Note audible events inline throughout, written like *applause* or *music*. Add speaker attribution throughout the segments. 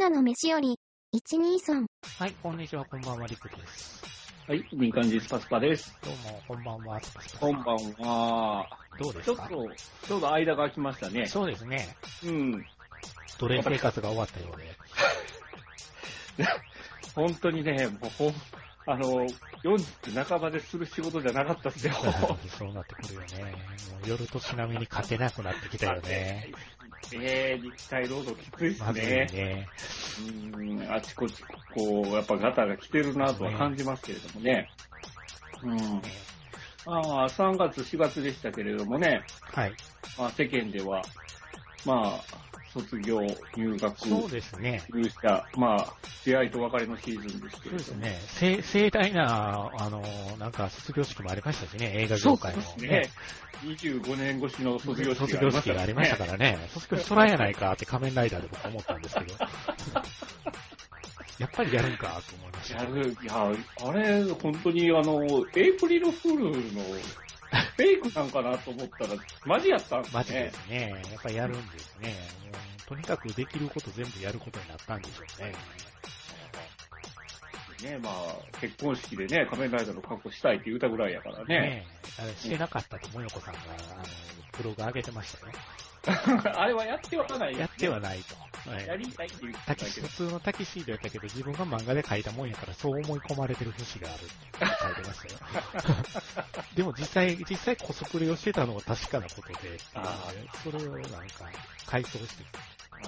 Speaker 1: らの飯より、123。
Speaker 2: はい、こんにちは、こんばんは、リクです。
Speaker 3: はい、民間人スパスパです。
Speaker 2: どうも、こんばんは。
Speaker 3: こんばんは。
Speaker 2: どうで
Speaker 3: ちょ
Speaker 2: す
Speaker 3: っ
Speaker 2: か
Speaker 3: と、ちょうど間が空きましたね。
Speaker 2: そうですね。
Speaker 3: うん。
Speaker 2: 奴隷生活が終わったようで。
Speaker 3: 本当にね、もうほん、あの、40半ばでする仕事じゃなかったっすよ。
Speaker 2: そうなってくるよね。もう夜とちなみに勝てなくなってき
Speaker 3: *laughs*
Speaker 2: たよね。
Speaker 3: えー、肉体労働きついっす
Speaker 2: まずい
Speaker 3: ね。
Speaker 2: ね。
Speaker 3: うん、あちこち、こう、やっぱガタが来てるなとは感じますけれどもね。うん。ああ、3月、4月でしたけれどもね、
Speaker 2: はい。
Speaker 3: まあ、世間では、まあ、卒業、入学、
Speaker 2: そうですね。
Speaker 3: 入社、まあ、出会いと別れのシーズンです
Speaker 2: そ
Speaker 3: け
Speaker 2: う
Speaker 3: れ
Speaker 2: で
Speaker 3: ど
Speaker 2: す
Speaker 3: も。
Speaker 2: ね。せ盛大な、あの、なんか卒業式もありましたしね、映画業界の、
Speaker 3: そうですね。25年越しの卒業式
Speaker 2: 卒業式がありました
Speaker 3: か
Speaker 2: からね。卒業式空やないかって仮面ライダーで僕思ったんです
Speaker 3: *laughs*
Speaker 2: けど。やっぱりやるんかと思いました
Speaker 3: や。る、いや、あれ、本当にあの、エイプリルフールのフェイクなんかなと思ったら、マジやったんですね。
Speaker 2: マジですね。やっぱりやるんですね。もうとにかくできること全部やることになったんでしょうね。
Speaker 3: ね、まあ、結婚式でね、仮面ライダーの格好したいって言うたぐらいやからね。
Speaker 2: ねえ。あれしてなかったと、もよこさんが、あの、ブログ上げてましたよ。
Speaker 3: *laughs* あれはやってはない、
Speaker 2: やってはないと。は
Speaker 3: や
Speaker 2: い。
Speaker 3: りたいって言ってた
Speaker 2: タ
Speaker 3: け
Speaker 2: キシ
Speaker 3: ど
Speaker 2: 普。通のタキシードやったけど、自分が漫画で描いたもんやから、そう思い込まれてる節があるって書いてましたよ。
Speaker 3: *laughs*
Speaker 2: でも実際、実際コスプレをしてたのは確かなことで、
Speaker 3: あ
Speaker 2: それをなんか、回想して、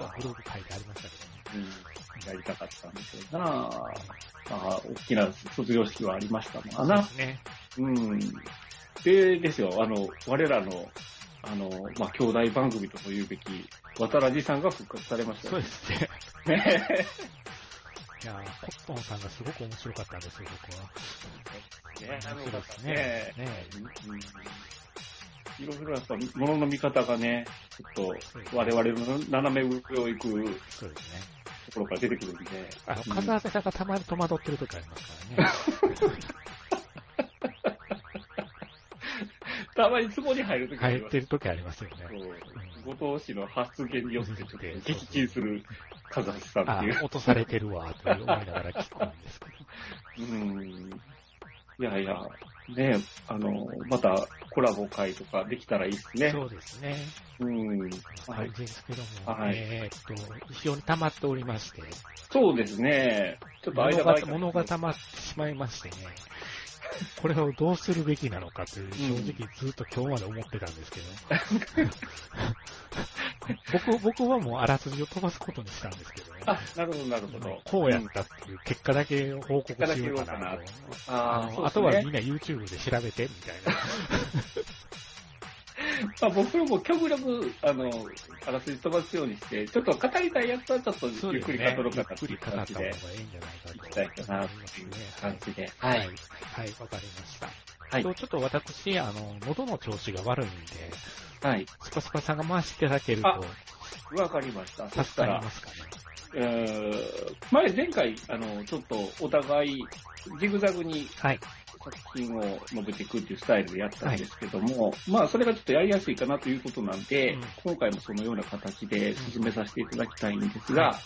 Speaker 3: あ
Speaker 2: ブログ書いてありましたけどね。
Speaker 3: うんやりたかったんでしょうな。まあ、大きな卒業式はありましたもんな
Speaker 2: で。すね。
Speaker 3: うん。で、ですよ、あの、我らの、あの、まあ、兄弟番組とも言うべき、渡らじさんが復活されました
Speaker 2: そう
Speaker 3: よ
Speaker 2: ですね。
Speaker 3: ね。
Speaker 2: いやーコットンさんがすごく面白かったんですよ、僕は。
Speaker 3: ね
Speaker 2: 面白いですね。
Speaker 3: ね
Speaker 2: ね
Speaker 3: いろいろやっぱ、ものの見方がね、ちょっと、我々の斜め上を行く
Speaker 2: そうですね。
Speaker 3: ところから出てくるんで、
Speaker 2: あの、風当さんがたまに戸惑ってる時あります
Speaker 3: *laughs*
Speaker 2: からね。
Speaker 3: たまに壺に入るとき
Speaker 2: 帰ってる時ありますよね。
Speaker 3: そう後藤氏の発言によって、ちょっと激鎮する風橋さんっ
Speaker 2: あ
Speaker 3: ていう。
Speaker 2: 落とされてるわ、と思いながら聞くんですけど。
Speaker 3: うん。いやいや、ねあの、またコラボ会とかできたらいいですね。
Speaker 2: そうですね。
Speaker 3: うん。
Speaker 2: こんな感じですけども、
Speaker 3: はい
Speaker 2: えーっと、非常に溜まっておりまして、
Speaker 3: そうですね。ちょっと
Speaker 2: 物
Speaker 3: 間
Speaker 2: が
Speaker 3: 空いた
Speaker 2: 物が溜まってしまいましてね、これをどうするべきなのかという、
Speaker 3: うん
Speaker 2: 正直ずっと今日まで思ってたんですけど、僕僕はもうあらすじを飛ばすことにしたんですけどね。
Speaker 3: あ、なるほど、なるほど。
Speaker 2: こうやったっていう結果だけ報告しようかなと。あ
Speaker 3: あ
Speaker 2: の
Speaker 3: ーそう
Speaker 2: あと
Speaker 3: ですね
Speaker 2: はみんな YouTube で調べてみたいな。
Speaker 3: まあ、僕らも極力、あの、あらすじ飛ばすようにして、ちょっと語りたいやつはちょっとゆっくり語ろうかなって
Speaker 2: ゆ
Speaker 3: い
Speaker 2: っ
Speaker 3: う
Speaker 2: くり語
Speaker 3: 感
Speaker 2: った
Speaker 3: じ
Speaker 2: 方がいいん
Speaker 3: で
Speaker 2: じゃないかと。
Speaker 3: いきたいかなっていう感じで。
Speaker 2: は。
Speaker 3: はい
Speaker 2: はいい。。はい、わかりました。
Speaker 3: はい
Speaker 2: と。ちょっと私、あの、喉の調子が悪いんで、
Speaker 3: はい。
Speaker 2: スパスパさんが回していただける
Speaker 3: あ
Speaker 2: と
Speaker 3: わかりました。そし
Speaker 2: 助か
Speaker 3: た
Speaker 2: り
Speaker 3: ら
Speaker 2: ま、すかね。
Speaker 3: えー前、前回、あの、ちょっとお互い、ジグザグに
Speaker 2: はい。
Speaker 3: 作品を述べていくっていうスタイルでやったんですけども、まあ、それがちょっとやりやすいかなということなんで、
Speaker 2: うん
Speaker 3: 今回もそのような形で進めさせていただきたいんですが、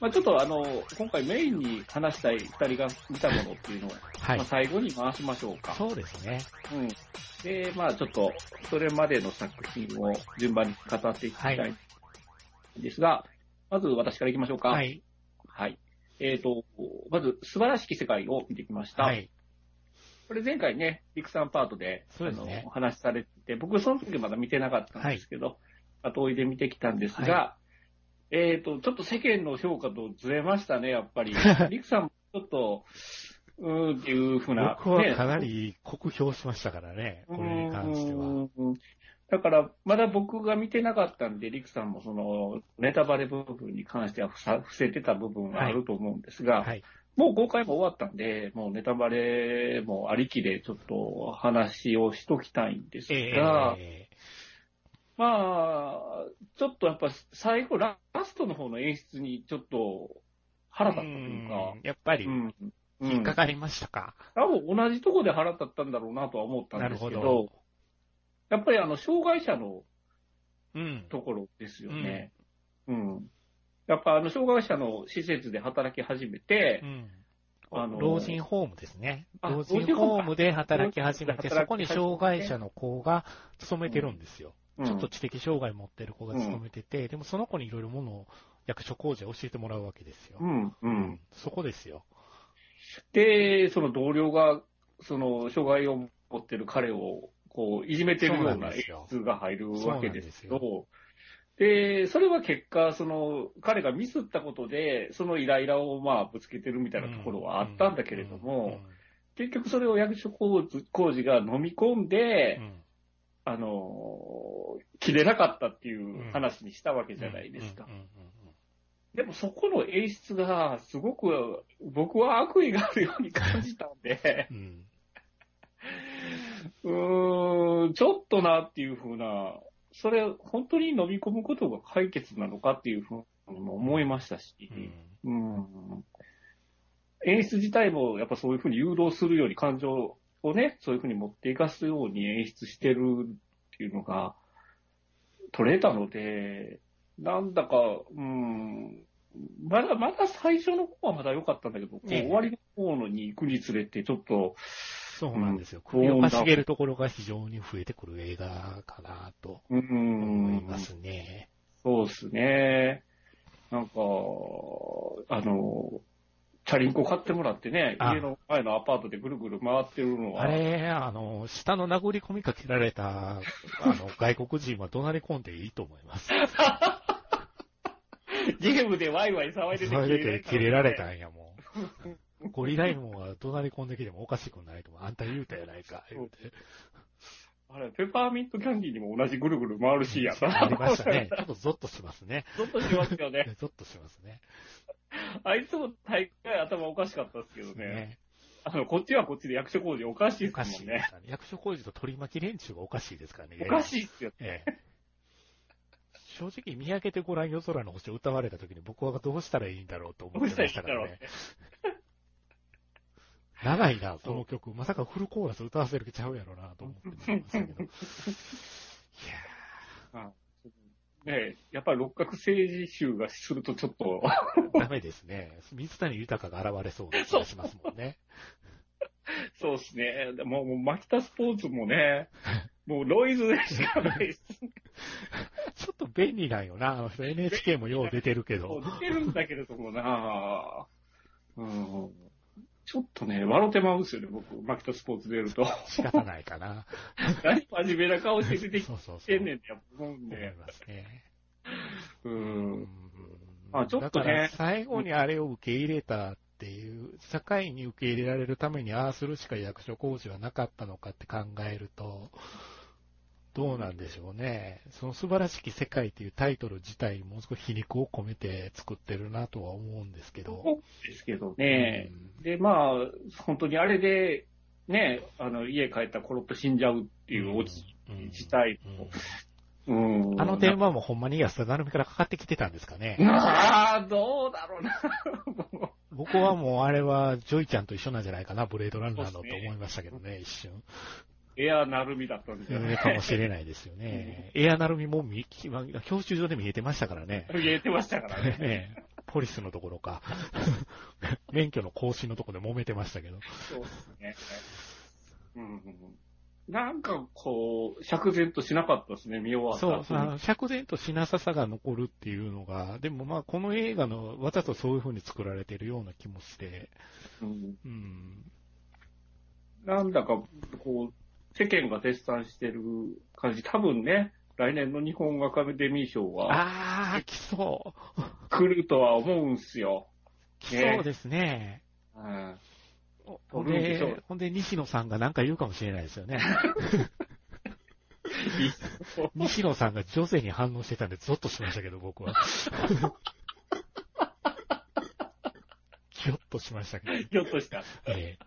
Speaker 3: まあ、ちょっとあの、今回メインに話したい2人が見たものっていうのを、
Speaker 2: は
Speaker 3: まあ、
Speaker 2: い。
Speaker 3: 最後に回しましょうか。
Speaker 2: そうですね。
Speaker 3: うん。で、まあ、ちょっと、それまでの作品を順番に語っていきたい
Speaker 2: はい
Speaker 3: んですが、まず私からいきましょうか。
Speaker 2: は。い。
Speaker 3: はい。えっ、と、まず、素晴らしき世界を見てきました。
Speaker 2: はい。
Speaker 3: これ前回ね、リクさんパートで、
Speaker 2: そうですね
Speaker 3: あのお話しされてて、僕その時まだ見てなかったんですけど、後追いで見てきたんですが、えっ、と、ちょっと世間の評価とずれましたね、やっぱ
Speaker 2: *laughs*
Speaker 3: り。リクさんもちょっと、うーんっていうふうな。
Speaker 2: 僕は
Speaker 3: ね
Speaker 2: かなり酷評しましたからね、これに関しては。
Speaker 3: うんだから、まだ僕が見てなかったんで、リクさんもその、ネタバレ部分に関してはふさ伏せてた部分があると思うんですが、
Speaker 2: はい。
Speaker 3: もう公開も終わったんで、もうネタバレもありきでちょっと話をしときたいんです
Speaker 2: え
Speaker 3: が、
Speaker 2: ええ
Speaker 3: まあ、ちょっとやっぱ最後、ララストの方の演出にちょっと腹
Speaker 2: え
Speaker 3: 立ったというか
Speaker 2: う、んやっぱり、
Speaker 3: うん。うん
Speaker 2: 引っかかりましたか。
Speaker 3: 多分同じとこで腹立ったんだろうなとは思ったんですけ
Speaker 2: なる
Speaker 3: ど、
Speaker 2: ほ
Speaker 3: やっぱりあの、障害者の
Speaker 2: うん。
Speaker 3: ところですよね。うん。やっぱあの障害者の施設で働き始めて
Speaker 2: う、ん。
Speaker 3: あの
Speaker 2: 老人ホームですね。
Speaker 3: あ
Speaker 2: 老人ホームで働き始めて、
Speaker 3: 老人ホームで働き始めて
Speaker 2: そこに障害者の子が勤めてるんですよ。
Speaker 3: うん
Speaker 2: ちょっと知的障害持ってる子が勤めてて、でもその子にいろいろものを、役所工事教えてもらうわけですよ
Speaker 3: う。ん、うん。
Speaker 2: そこですよ。
Speaker 3: で、その同僚が、その、障害を持ってる彼を、こう、いじめてるよ
Speaker 2: そううな
Speaker 3: なん演
Speaker 2: ですよ
Speaker 3: 出が入るわけですけ
Speaker 2: そ
Speaker 3: ど、で、それは結果、その、彼がミスったことで、そのイライラを、まあ、ぶつけてるみたいなところはあったんだけれど
Speaker 2: うんうん
Speaker 3: も、結局それを役所工事工事が飲み込んで、
Speaker 2: うんうん
Speaker 3: あの、切れなかったっていう話にしたわけじゃないですか
Speaker 2: うん。うんうんうん
Speaker 3: でもそこの演出が、すごく、僕は悪意があるように感じたんで、
Speaker 2: うん
Speaker 3: うーん、ちょっとなっていうふうな、それ、本当に飲み込むことが解決なのかっていうふうにも思いましたし、
Speaker 2: うん
Speaker 3: うん、演出自体もやっぱそういうふうに誘導するように感情をね、そういうふうに持っていかすように演出してるっていうのが取れたので、なんだか、うん、まだ、まだ最初の方はまだ良かったんだけど、こう
Speaker 2: ええ
Speaker 3: 終わりの方のに行くにつれてちょっと、
Speaker 2: そうなんですよ。首をかしげるところが非常に増えてくる映画かなと
Speaker 3: うん、
Speaker 2: 思いますね。
Speaker 3: そうですね。なんか、あの、チャリンコ買ってもらってね、
Speaker 2: あ
Speaker 3: 家の前のアパートでぐるぐる回ってるのは、
Speaker 2: あれ、あの、下の殴り込みかけられた、あの、外国人は怒鳴り込んでいいと思います。
Speaker 3: ゲームでワイワイ騒いでて
Speaker 2: それで切れられ
Speaker 3: ね
Speaker 2: たんやもん。ゴリライモンは怒鳴り込んできてもおかしくないと思う。あんた言うたやないか、言うて。
Speaker 3: あれ、ペパーミントキャンディーにも同じぐるぐる回るシーンやな。
Speaker 2: ありましたね。ちょっとゾッとしますね。
Speaker 3: ゾッとしますよね。
Speaker 2: ゾッとしますね。
Speaker 3: あいつも大概頭おかしかったですけどね。あの、こっちはこっちで役所工事おかしい
Speaker 2: おか
Speaker 3: です
Speaker 2: し
Speaker 3: も
Speaker 2: い
Speaker 3: ん
Speaker 2: で
Speaker 3: ね。
Speaker 2: すからね。役所工事と取り巻き連中がおかしいですからね。
Speaker 3: おかしいっすよ。
Speaker 2: ええ。正直、見上げてごらん夜空の星を歌われた時に僕はどうしたらいいんだろうと思ってましたからね。長いな、この曲。まさかフルコーラス歌わせる気ちゃうやろなと思ってましたけど。いや
Speaker 3: ねやっぱり六角政治集がするとちょっと、
Speaker 2: ー、ダメですね。水谷豊が現れそうな気がしますもん
Speaker 3: *laughs*
Speaker 2: ね。
Speaker 3: そうですね。でもう、もう、マキタスポーツもね、
Speaker 2: *laughs*
Speaker 3: もうノイズでしかないです。
Speaker 2: ちょっと便利なんよな。あの人 NHK もよう出てるけ
Speaker 3: も
Speaker 2: ど
Speaker 3: う。出てるんだけれどもなうん。ちょっとね、笑ってまうんですよね、僕、マキタスポーツ出ると。
Speaker 2: 仕方ないかな。
Speaker 3: 何真面目な顔して出てき
Speaker 2: そうそうそう。
Speaker 3: てんねんってやっぱ思うん
Speaker 2: 思い
Speaker 3: で。
Speaker 2: ますね。
Speaker 3: う
Speaker 2: うんん。
Speaker 3: まあちょっと
Speaker 2: だ
Speaker 3: ね
Speaker 2: から最後にあれを受け入れたっていう、社会に受け入れられるためにああするしか役所工事はなかったのかって考えると、どうなんでしょうね。その素晴らしき世界っていうタイトル自体にもう少し皮肉を込めて作ってるなとは思うんですけど。
Speaker 3: そうですけどね
Speaker 2: う。ん
Speaker 3: で、まあ、本当にあれで、ね、あの、家帰ったらコロッと死んじゃうっていうオチ自体も。うん。
Speaker 2: あの電話もほんまに安田成美からかかってきてたんですかね。
Speaker 3: ああ、どうだろうな。も
Speaker 2: 僕はもうあれはジョイちゃんと一緒なんじゃないかな、ブレードランナーのと思いましたけどね、一瞬。
Speaker 3: うエアなるみだったんですよ
Speaker 2: うん
Speaker 3: ね。
Speaker 2: かもしれないですよね。 *laughs* エアナルミも見、ま教習所で見えてましたから *laughs* ね。
Speaker 3: 言 *laughs* えてましたからね。
Speaker 2: ねえポリスのところか。 *laughs* 免許の更新のところで揉めてましたけど。
Speaker 3: そうですね。うん。なんかこう、釈然としなかったですね、見終わった
Speaker 2: そう、
Speaker 3: 後
Speaker 2: あ
Speaker 3: に
Speaker 2: の釈然としなささが残るっていうのが、でもまあこの映画のわざとそういう風に作られてるような気もして、
Speaker 3: うん
Speaker 2: うん、
Speaker 3: なんだか、こう、世間が絶賛してる感じ。多分ね、来年の日本アカデミー賞は
Speaker 2: あー、来そう。
Speaker 3: 来るとは思うんすよ。
Speaker 2: 来そうですね。
Speaker 3: うん。
Speaker 2: ほん
Speaker 3: 取るんでしょう
Speaker 2: で、ほんで西野さんが何か言うかもしれないですよ
Speaker 3: *laughs*
Speaker 2: ね。西野さんが女性に反応してたんで、ゾッとしましたけど、僕は。キョッとしましたけど。
Speaker 3: ひょっとした。
Speaker 2: え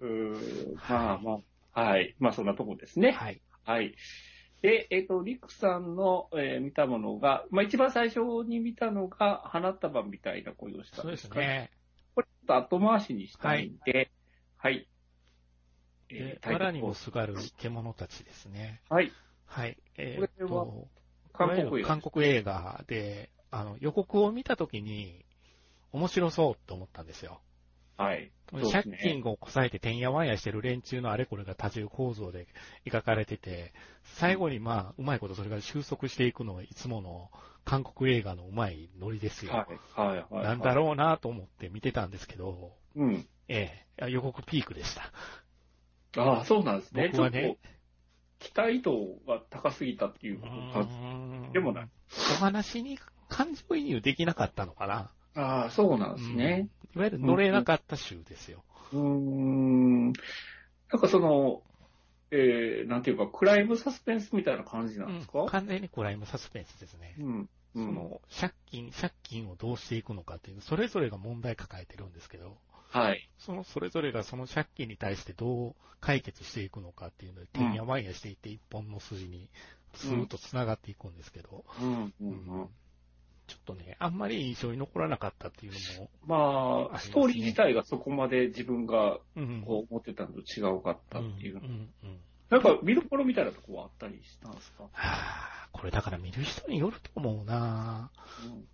Speaker 3: うん。まあまあ。はい。まあそんなとこですね
Speaker 2: え。はい。
Speaker 3: はい。で、えっ、と、リクさんの、えー見たものが、まあ、一番最初に見たのが、花束みたいな恋をした
Speaker 2: そ
Speaker 3: ん
Speaker 2: う
Speaker 3: で
Speaker 2: ですす
Speaker 3: かね。
Speaker 2: ね。
Speaker 3: これ、ちょっと後回しにしたいんで、はい。え
Speaker 2: で
Speaker 3: ー、タイ
Speaker 2: 藁
Speaker 3: トル
Speaker 2: にもすがる獣たちですね。
Speaker 3: はい。
Speaker 2: はい。え
Speaker 3: こ
Speaker 2: ーっ
Speaker 3: れは
Speaker 2: と、
Speaker 3: 韓
Speaker 2: いわ
Speaker 3: 国
Speaker 2: ゆ
Speaker 3: 映
Speaker 2: る
Speaker 3: 画。
Speaker 2: 韓国映画で、あの、予告を見たときに、面白そうと思ったんですよ。
Speaker 3: はい。そうです
Speaker 2: 借
Speaker 3: ね
Speaker 2: 金をこさえててんやわんやしてる連中のあれこれが多重構造で描かれてて、最後にまあ、うまいことそれが収束していくのがいつもの韓国映画のうまいノリですよ。
Speaker 3: はい、はい、はいはい。
Speaker 2: なんだろうなと思って見てたんですけど、
Speaker 3: う。うん。
Speaker 2: ええ、予告ピークでした。
Speaker 3: ああ、そうなんですね。
Speaker 2: 僕はね
Speaker 3: ちょっと、期待度が高すぎたっていう感じ。でもない。
Speaker 2: お話に感情移入できなかったのかな。
Speaker 3: ああ、そうなんですね。
Speaker 2: いわゆる乗れなかった州ですよ。
Speaker 3: うーん。なんかその、えー、なんていうか、クライムサスペンスみたいな感じなんですか、
Speaker 2: うん完全にクライムサスペンスですね。
Speaker 3: うん。う
Speaker 2: そ
Speaker 3: ん。
Speaker 2: の、借金、借金をどうしていくのかっていう、それぞれが問題抱えてるんですけど、
Speaker 3: はい。
Speaker 2: そのそれぞれがその借金に対してどう解決していくのかっていうので、てんやわんやしていって一本の筋に、スーッと繋がっていくんですけど、
Speaker 3: うん、う、
Speaker 2: うん
Speaker 3: うん
Speaker 2: ん。ちょっとね、あんまり印象に残らなかったっていうのも、
Speaker 3: まあ、ストーリー自体がそこまで自分が
Speaker 2: うん
Speaker 3: こう思ってたのと違うかったっていう。
Speaker 2: んんうん
Speaker 3: なんか見どころみたいなとこはあったりしたんですか、
Speaker 2: はあ、これだから見る人によると思うな
Speaker 3: うん、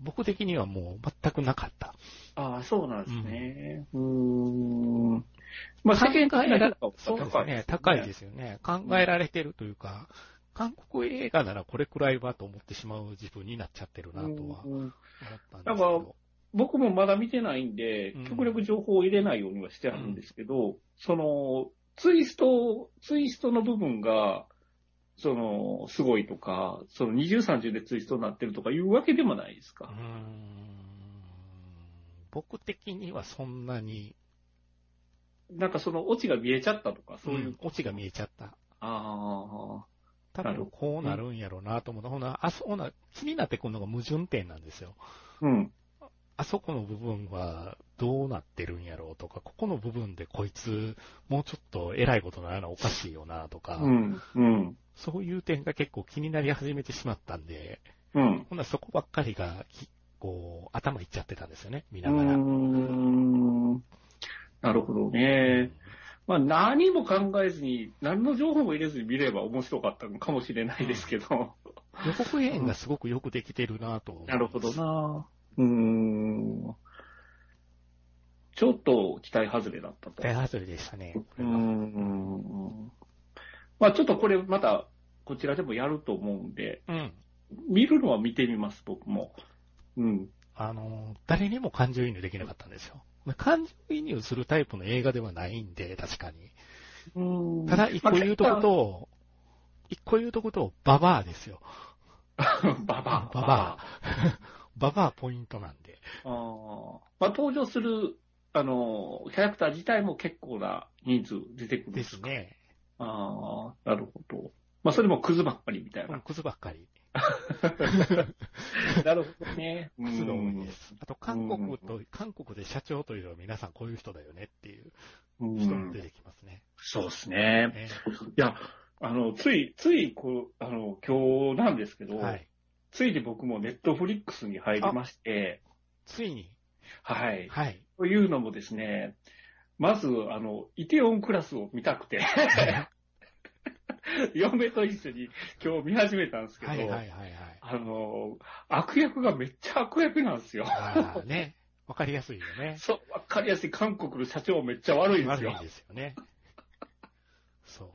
Speaker 2: 僕的にはもう全くなかった。
Speaker 3: ああ、そうなんですね。うーん。まあ、世間
Speaker 2: 考
Speaker 3: 的
Speaker 2: え
Speaker 3: な
Speaker 2: ら
Speaker 3: 評価は。
Speaker 2: そうですね、高いですすよね。考えられてるというか、韓国映画ならこれくらいはと思ってしまう自分になっちゃってるなとは思っ
Speaker 3: うん
Speaker 2: たんですけど。
Speaker 3: 僕もまだ見てないんで
Speaker 2: うん、
Speaker 3: 極力情報を入れないようにはしてあるんですけど、その、ツイスト、ツイストの部分が、その、すごいとか、その20、30でツイストになってるとかいうわけでもないです
Speaker 2: うー
Speaker 3: か。
Speaker 2: ん僕的にはそんなに、
Speaker 3: なんかその、オチが見えちゃったとか、そういう。
Speaker 2: んオチが見えちゃった。
Speaker 3: ああ、
Speaker 2: 多
Speaker 3: なる
Speaker 2: 分
Speaker 3: ほ
Speaker 2: こうなるんやろうなと思った。ほな、あそこな、気になってくるのが矛盾点なんですよ。
Speaker 3: うん。
Speaker 2: あそこの部分はどうなってるんやろうとか、ここの部分でこいつ、もうちょっと偉いことならなおかしいよなとか、
Speaker 3: うん。うん。
Speaker 2: そういう点が結構気になり始めてしまったんで、
Speaker 3: うん。
Speaker 2: ほんならそこばっかりが、きこう、頭いっちゃってたんですよね、見
Speaker 3: う
Speaker 2: な
Speaker 3: ー
Speaker 2: がら。
Speaker 3: んなるほどね。まあ、何も考えずに、何の情報も入れずに見れば面白かったのかもしれないですけど。
Speaker 2: 予告編がすごくよくできてるなと思います
Speaker 3: なるほど。な。うーん。ちょっと期待外れだったと。
Speaker 2: 大外れでしたね。こ
Speaker 3: う
Speaker 2: れ
Speaker 3: ー
Speaker 2: は
Speaker 3: ん。まあ、ちょっとこれまた、こちらでもやると思うんで、
Speaker 2: うん。
Speaker 3: 見るのは見てみます、僕も。うん。、
Speaker 2: あの、誰にも感情移入できなかったんですよ。感情移入するタイプの映画ではないんで、確かに。ただ、一個言うとことを、一個言うとこと、ババアですよ。
Speaker 3: バ
Speaker 2: バ
Speaker 3: バア。
Speaker 2: バア。 *laughs* ババアポイントなんで。
Speaker 3: あーまあ、登場する、あの、キャラクター自体も結構な人数出てくるん
Speaker 2: で
Speaker 3: です
Speaker 2: す
Speaker 3: か。
Speaker 2: ね。
Speaker 3: ああ、なるほど。まあ、それもクズばっかり
Speaker 2: *laughs*
Speaker 3: みたい
Speaker 2: うん、
Speaker 3: な。
Speaker 2: クズばっか
Speaker 3: *laughs*
Speaker 2: り。
Speaker 3: なるほどね。
Speaker 2: クズが多いで
Speaker 3: う
Speaker 2: す。あと、韓国と、韓国で社長というのは皆さんこういう人だよねっていうん人も出てきますね。
Speaker 3: そうですね。
Speaker 2: え
Speaker 3: いや、あの、つい、つい、こう、あの、今日なんですけ
Speaker 2: え
Speaker 3: ど、
Speaker 2: はい。
Speaker 3: ついに僕もネットフリックスに入りまして、
Speaker 2: ついに、
Speaker 3: はい。
Speaker 2: はい。
Speaker 3: というのもですね、まず、あの、イテオンクラスを見たくて、 *laughs* 嫁と一緒に今日見始めたんですけど、
Speaker 2: はいはいはいはい。
Speaker 3: あの、悪役がめっちゃ悪役なんですよ。
Speaker 2: ああ、ね。わかりやすいよね。
Speaker 3: そう、わかりやすい韓国の社長めっちゃ悪いんですよ
Speaker 2: 悪い。ですよね。そう。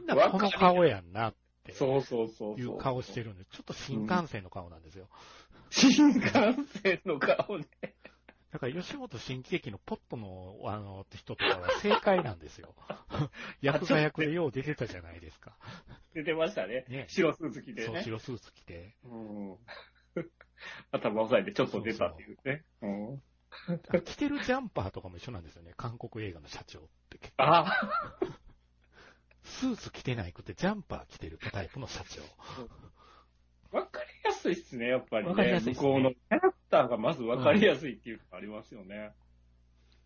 Speaker 2: みんなこの顔やんなって
Speaker 3: そうそうそうそう。
Speaker 2: いう顔してるんで、ちょっと新幹線の顔なんですよ。
Speaker 3: 新幹線の顔ね。
Speaker 2: だから吉本新喜劇のポットの、あの、人とかは正解なんですよ。役が役でよう出てたじゃないですか。
Speaker 3: 出てましたね。
Speaker 2: ね
Speaker 3: 白スーツ着て
Speaker 2: そう、
Speaker 3: ね。
Speaker 2: 白スーツ着て。
Speaker 3: うん、 *laughs* 頭押さえてちょっと出たっていうね。うん、
Speaker 2: 着てるジャンパーとかも一緒なんですよね。韓国映画の社長って。
Speaker 3: あ
Speaker 2: スーツ着てないくてジャンパー着てるタイプの社長。
Speaker 3: わかりやすいっすね、やっぱり、ね。
Speaker 2: わかりやすいっすね
Speaker 3: 向こうのキャラクターがまずわかりやすいっていうのがありますよね。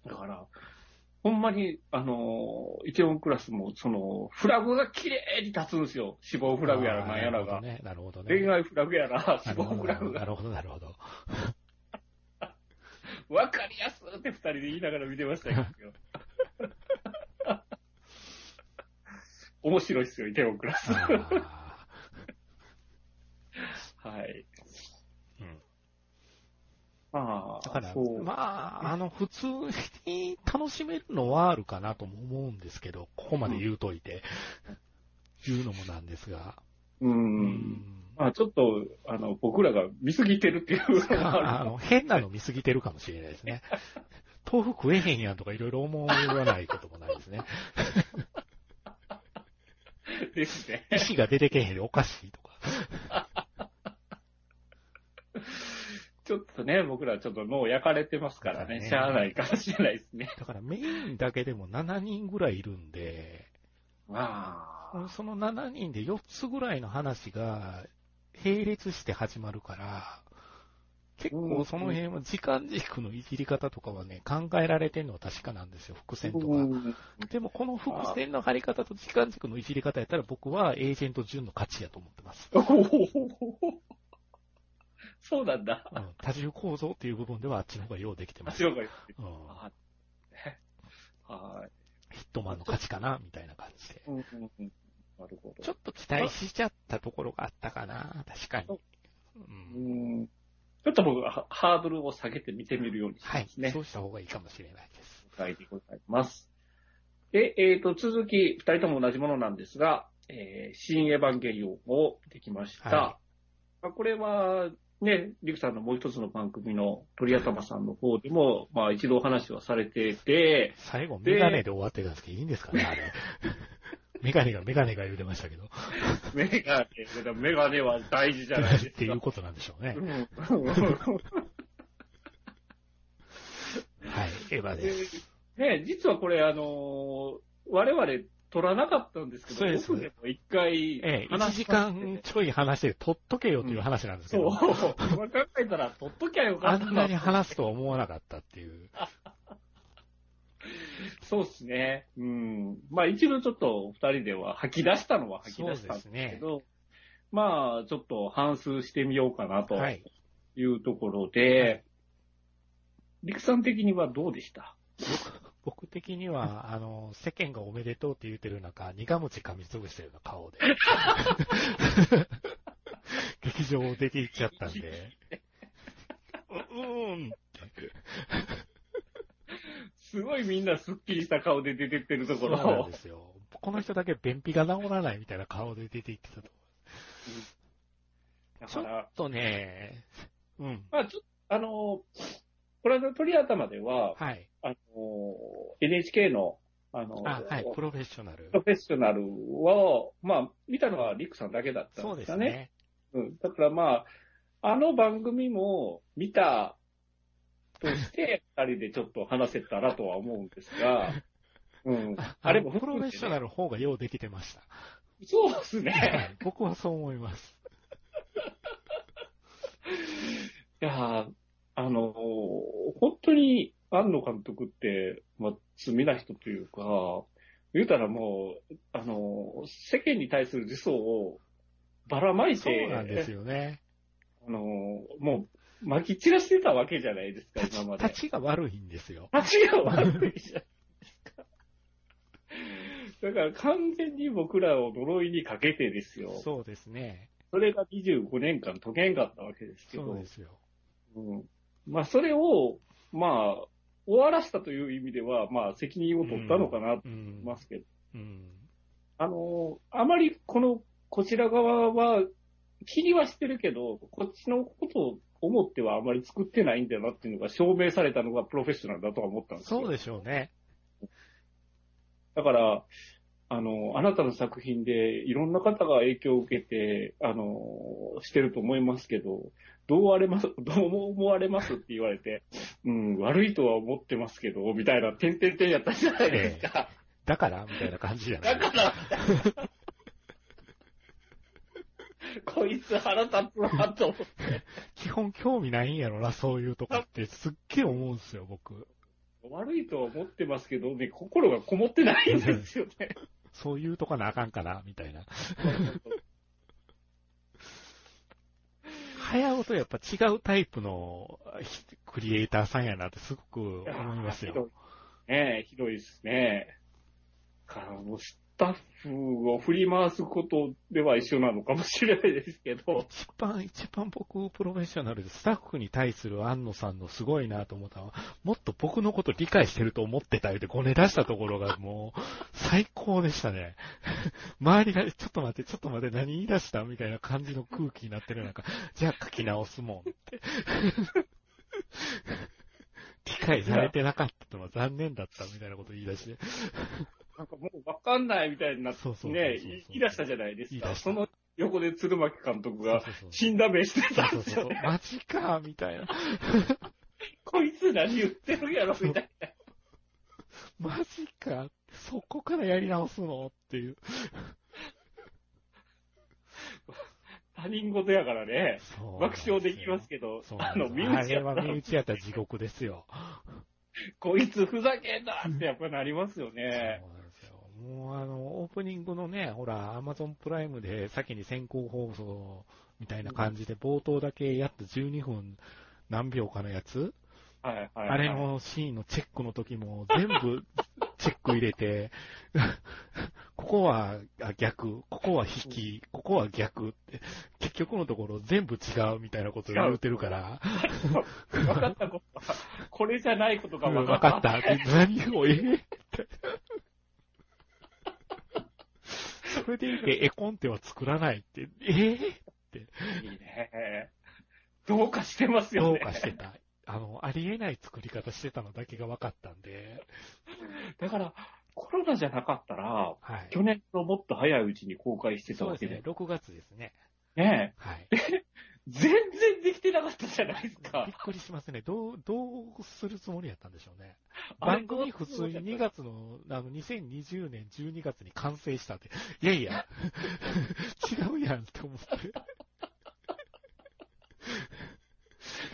Speaker 3: だから、ほんまに、あのー、イテウォンクラスも、その、フラグが綺麗に立つんですよ。死亡フラグやらなんやら
Speaker 2: あー
Speaker 3: が。
Speaker 2: なるほどね。なるほどね。
Speaker 3: 恋愛フラグやら、死亡フラグ
Speaker 2: な
Speaker 3: が、
Speaker 2: るほど、なるほ
Speaker 3: *laughs*
Speaker 2: ど。
Speaker 3: わかりやすって二人で言いながら見てましたけど。 *laughs* 面白いっすよ、イテウォンクラス。
Speaker 2: あー
Speaker 3: はい。あ
Speaker 2: だ
Speaker 3: あ、
Speaker 2: から
Speaker 3: そ、う。
Speaker 2: まあ、あの、普通に楽しめるのはあるかなとも思うんですけど、ここまで言うといて、言うのもなんですが。う
Speaker 3: う。
Speaker 2: んん。
Speaker 3: まあ、ちょっと、あの、僕らが見すぎてるっていうのがあ
Speaker 2: あ
Speaker 3: る。
Speaker 2: の、変なの見すぎてるかもしれないですね。豆腐食えへんやんとかいろいろ思わないこともないですね。
Speaker 3: で
Speaker 2: *laughs*
Speaker 3: すね。
Speaker 2: 意思が出てけへんでおかしいとか。
Speaker 3: ちょっとね、僕らちょっと脳焼かれてますからね、
Speaker 2: そうだね
Speaker 3: しゃあないかもしれないですね。
Speaker 2: だからメインだけでも7人ぐらいいるんで、
Speaker 3: まあ、
Speaker 2: その7人で4つぐらいの話が並列して始まるから、結構その辺は時間軸のいじり方とかはね、考えられてるのは確かなんですよ、伏線とか。
Speaker 3: うん
Speaker 2: でもこの伏線の張り方と時間軸のいじり方やったら僕はエージェント順の勝ちやと思ってます。
Speaker 3: おほほほほそうなんだ。
Speaker 2: うん、多重構造っていう部分ではあっちの方がようできてます。
Speaker 3: 足
Speaker 2: うん、
Speaker 3: をかいて
Speaker 2: ヒッ
Speaker 3: あね *laughs* はい。
Speaker 2: トマンの勝ちかな、みたいな感じで。
Speaker 3: うんうんうんなるほど。
Speaker 2: ちょっと期待しちゃったところがあったかな、確かに。うん
Speaker 3: うんちょっと僕はハードルを下げて見てみるようにし
Speaker 2: は
Speaker 3: ま
Speaker 2: い
Speaker 3: すね。、
Speaker 2: そうした方がいいかもしれないです。
Speaker 3: 了解でございます。で、えっ、と、続き、二人とも同じものなんですが、えー、新エヴァンゲリオンを見てきました。
Speaker 2: は
Speaker 3: まあこれは、ね、リクさんのもう一つの番組の鳥頭さんの方でも、まあ一度お話はされてて、
Speaker 2: 最後、
Speaker 3: で
Speaker 2: メガネで終わってたんですけど、いいんですかね、あれ。メガネが、メガネが揺れましたけど。
Speaker 3: メガネ、メガネは大事じゃないですか。
Speaker 2: *laughs* っていうことなんでしょうね
Speaker 3: う。ん
Speaker 2: はい、エヴァです。
Speaker 3: ね、実はこれ、あのー我々取らなかったんですけど、
Speaker 2: そうです
Speaker 3: 僕でも一回
Speaker 2: ええ、1
Speaker 3: 話し
Speaker 2: 時
Speaker 3: まして
Speaker 2: 間ちょい話して、取っとけよという話なんですけ
Speaker 3: そう。 *laughs*
Speaker 2: ど、
Speaker 3: 考えたら、取っときゃよか
Speaker 2: あ
Speaker 3: った
Speaker 2: んなに話すとは思わなかったっていう。
Speaker 3: そうですね。うん。まあ一度ちょっと二人では吐き出したのは吐き
Speaker 2: そう
Speaker 3: 出し
Speaker 2: で
Speaker 3: たんです
Speaker 2: す
Speaker 3: け
Speaker 2: ね。
Speaker 3: ど、まあちょっと反数してみようかなと
Speaker 2: はい。
Speaker 3: いうところで、陸さん的にはどうでした
Speaker 2: 僕的には、あの、世間がおめでとうって言ってる中、苦餅噛みつぶしてるような顔で。 *laughs* 劇場を出て行っちゃったんで。う、うーんって。
Speaker 3: すごいみんなスッキリした顔で出てってるとこ
Speaker 2: そうなん
Speaker 3: ろ
Speaker 2: で。すよ。この人だけ便秘が治らないみたいな顔で出て行ってたと。
Speaker 3: だから、
Speaker 2: とね、うん。
Speaker 3: まあちょっと、あの、これの鳥頭では、
Speaker 2: はい。
Speaker 3: あの、NHK の、あの、
Speaker 2: あ、はい。プロフェッショナル
Speaker 3: プ。ロフェッショナルを、まあ、見たのはリックさんだけだった
Speaker 2: そ
Speaker 3: ん
Speaker 2: う
Speaker 3: で
Speaker 2: ですす
Speaker 3: かね。
Speaker 2: ね。
Speaker 3: うん。だからまあ、あの番組も見たとして、
Speaker 2: *laughs*
Speaker 3: 二人でちょっと話せたらとは思うんですが、うん。あれも
Speaker 2: プロフェッショナルの方がようできてま *laughs* した。
Speaker 3: そうですね。
Speaker 2: 僕はそう思います。
Speaker 3: いやーあのー本当に、庵野監督って、まあ、罪な人というか、言うたらもう、あのー世間に対する自訴をばらまいて、
Speaker 2: そうなんですよね。
Speaker 3: あのーもう、撒き散らしてたわけじゃないですか、今まで。
Speaker 2: 立ちが悪いんですよ。
Speaker 3: 立ちが悪いじゃないですか。だから完全に僕らを呪いにかけてですよ。そ
Speaker 2: そうですね。
Speaker 3: れが25年間解けんかったわけですけど。
Speaker 2: そうですよ。
Speaker 3: うんまあ、それを、まあ、終わらせたという意味では、まあ、責任を取ったのかなと
Speaker 2: うん
Speaker 3: 思いますけど、
Speaker 2: うん。
Speaker 3: あの、あまりこの、こちら側は、気にはしてるけど、こっちのことを思ってはあまり作ってないんだなっていうのが証明されたのがプロフェッショナルだとは思ったんですよ
Speaker 2: そうでしょうね。
Speaker 3: だから、あの、あなたの作品でいろんな方が影響を受けて、あの、してると思いますけど、どうあれます、 *laughs* どう思われますって言われて、うん、悪いとは思ってますけど、みたいな、てんてんてんやったじゃないですか。
Speaker 2: だからみたいな感じじゃな
Speaker 3: だ *laughs*
Speaker 2: い。
Speaker 3: から、こいつ腹立つなと思って。
Speaker 2: 基本興味ないんやろな、そういうとこって。すっげえ思うんですよ、僕。
Speaker 3: 悪いとは思ってますけど、ね、心がこもってないんですよね。
Speaker 2: そういうとこなあかんかな、みたいな。早尾とやっぱ違うタイプのひクリエイターさんやなってすごく思います
Speaker 3: *laughs* ひど
Speaker 2: よ。
Speaker 3: いねえ、ひどいですね。からもうしタッフを振り回すことでは一緒なのかもしれないです
Speaker 2: *laughs*
Speaker 3: けど、
Speaker 2: 一番、一番僕、プロフェッショナルで、スタッフに対する安野さんのすごいなと思ったのは、もっと僕のこと理解してると思ってたよって、ごね出したところがもう、最高でしたね。 *laughs* 周りが、ちょっと待って、ちょっと待って、何言い出したみたいな感じの空気になってる中、じゃあ書き直すもんって。 *laughs* 理解されてなかったのは残念だったみたいなこと言い出して、
Speaker 3: なんかもうわかんないみたいになって
Speaker 2: そうそうそうそう
Speaker 3: ね、言い出したじゃないです
Speaker 2: 言い出
Speaker 3: か。
Speaker 2: した
Speaker 3: その横で鶴巻監督が
Speaker 2: そうそうそう
Speaker 3: 死んだ目してた
Speaker 2: そ
Speaker 3: ん
Speaker 2: う
Speaker 3: です
Speaker 2: そうそ
Speaker 3: よ
Speaker 2: う
Speaker 3: ね。
Speaker 2: マジかみたいな。
Speaker 3: こいつ何言ってるやろみたいな。
Speaker 2: マジかそこからやり直すのっていう。
Speaker 3: 他人事やからね、
Speaker 2: そうなん
Speaker 3: 爆
Speaker 2: すよ
Speaker 3: 笑できますけど、
Speaker 2: そうな
Speaker 3: あ
Speaker 2: んで
Speaker 3: の、
Speaker 2: す
Speaker 3: 身
Speaker 2: あ
Speaker 3: 内
Speaker 2: れ
Speaker 3: やか
Speaker 2: は身
Speaker 3: ら、
Speaker 2: 内やったら地獄ですよ。
Speaker 3: こいつふざけんなってやっぱりなりますよ
Speaker 2: そう
Speaker 3: ね。
Speaker 2: なんですよ。もうあの、オープニングのね、ほら、アマゾンプライムで先に先行放送みたいな感じで冒頭だけやっと12分何秒かのやつ、
Speaker 3: はいはいはい。
Speaker 2: あれのシーンのチェックの時も全部チェック入れて、 *laughs* ここはあ逆、ここは引き、ここは逆って、結局のところ全部違うみたいなことを言ってるから、 *laughs*
Speaker 3: 分かったことは、これじゃないことが
Speaker 2: 分
Speaker 3: 分
Speaker 2: か
Speaker 3: か
Speaker 2: っ
Speaker 3: ったた。
Speaker 2: って何を、えーって。それでいて、絵コンテは作らないって、えー
Speaker 3: いいね。どうかしてますよ
Speaker 2: どう
Speaker 3: ね。
Speaker 2: かしてた。あの、ありえない作り方してたのだけが分かったんで、
Speaker 3: だから、コロナじゃなかったら、
Speaker 2: はい。
Speaker 3: 去年のもっと早いうちに公開してた
Speaker 2: そう
Speaker 3: わ
Speaker 2: で
Speaker 3: け
Speaker 2: す
Speaker 3: で
Speaker 2: ね、。6月ですね。
Speaker 3: ねえ
Speaker 2: はい。
Speaker 3: 全然できてなかったじゃないですか
Speaker 2: びっ。くりしますね。どう、どうするつもりやったんでしょうね。
Speaker 3: あれ
Speaker 2: *laughs* 番組普通に2月の、あの、2020年12月に完成したって。いやいや、違うやんって思って。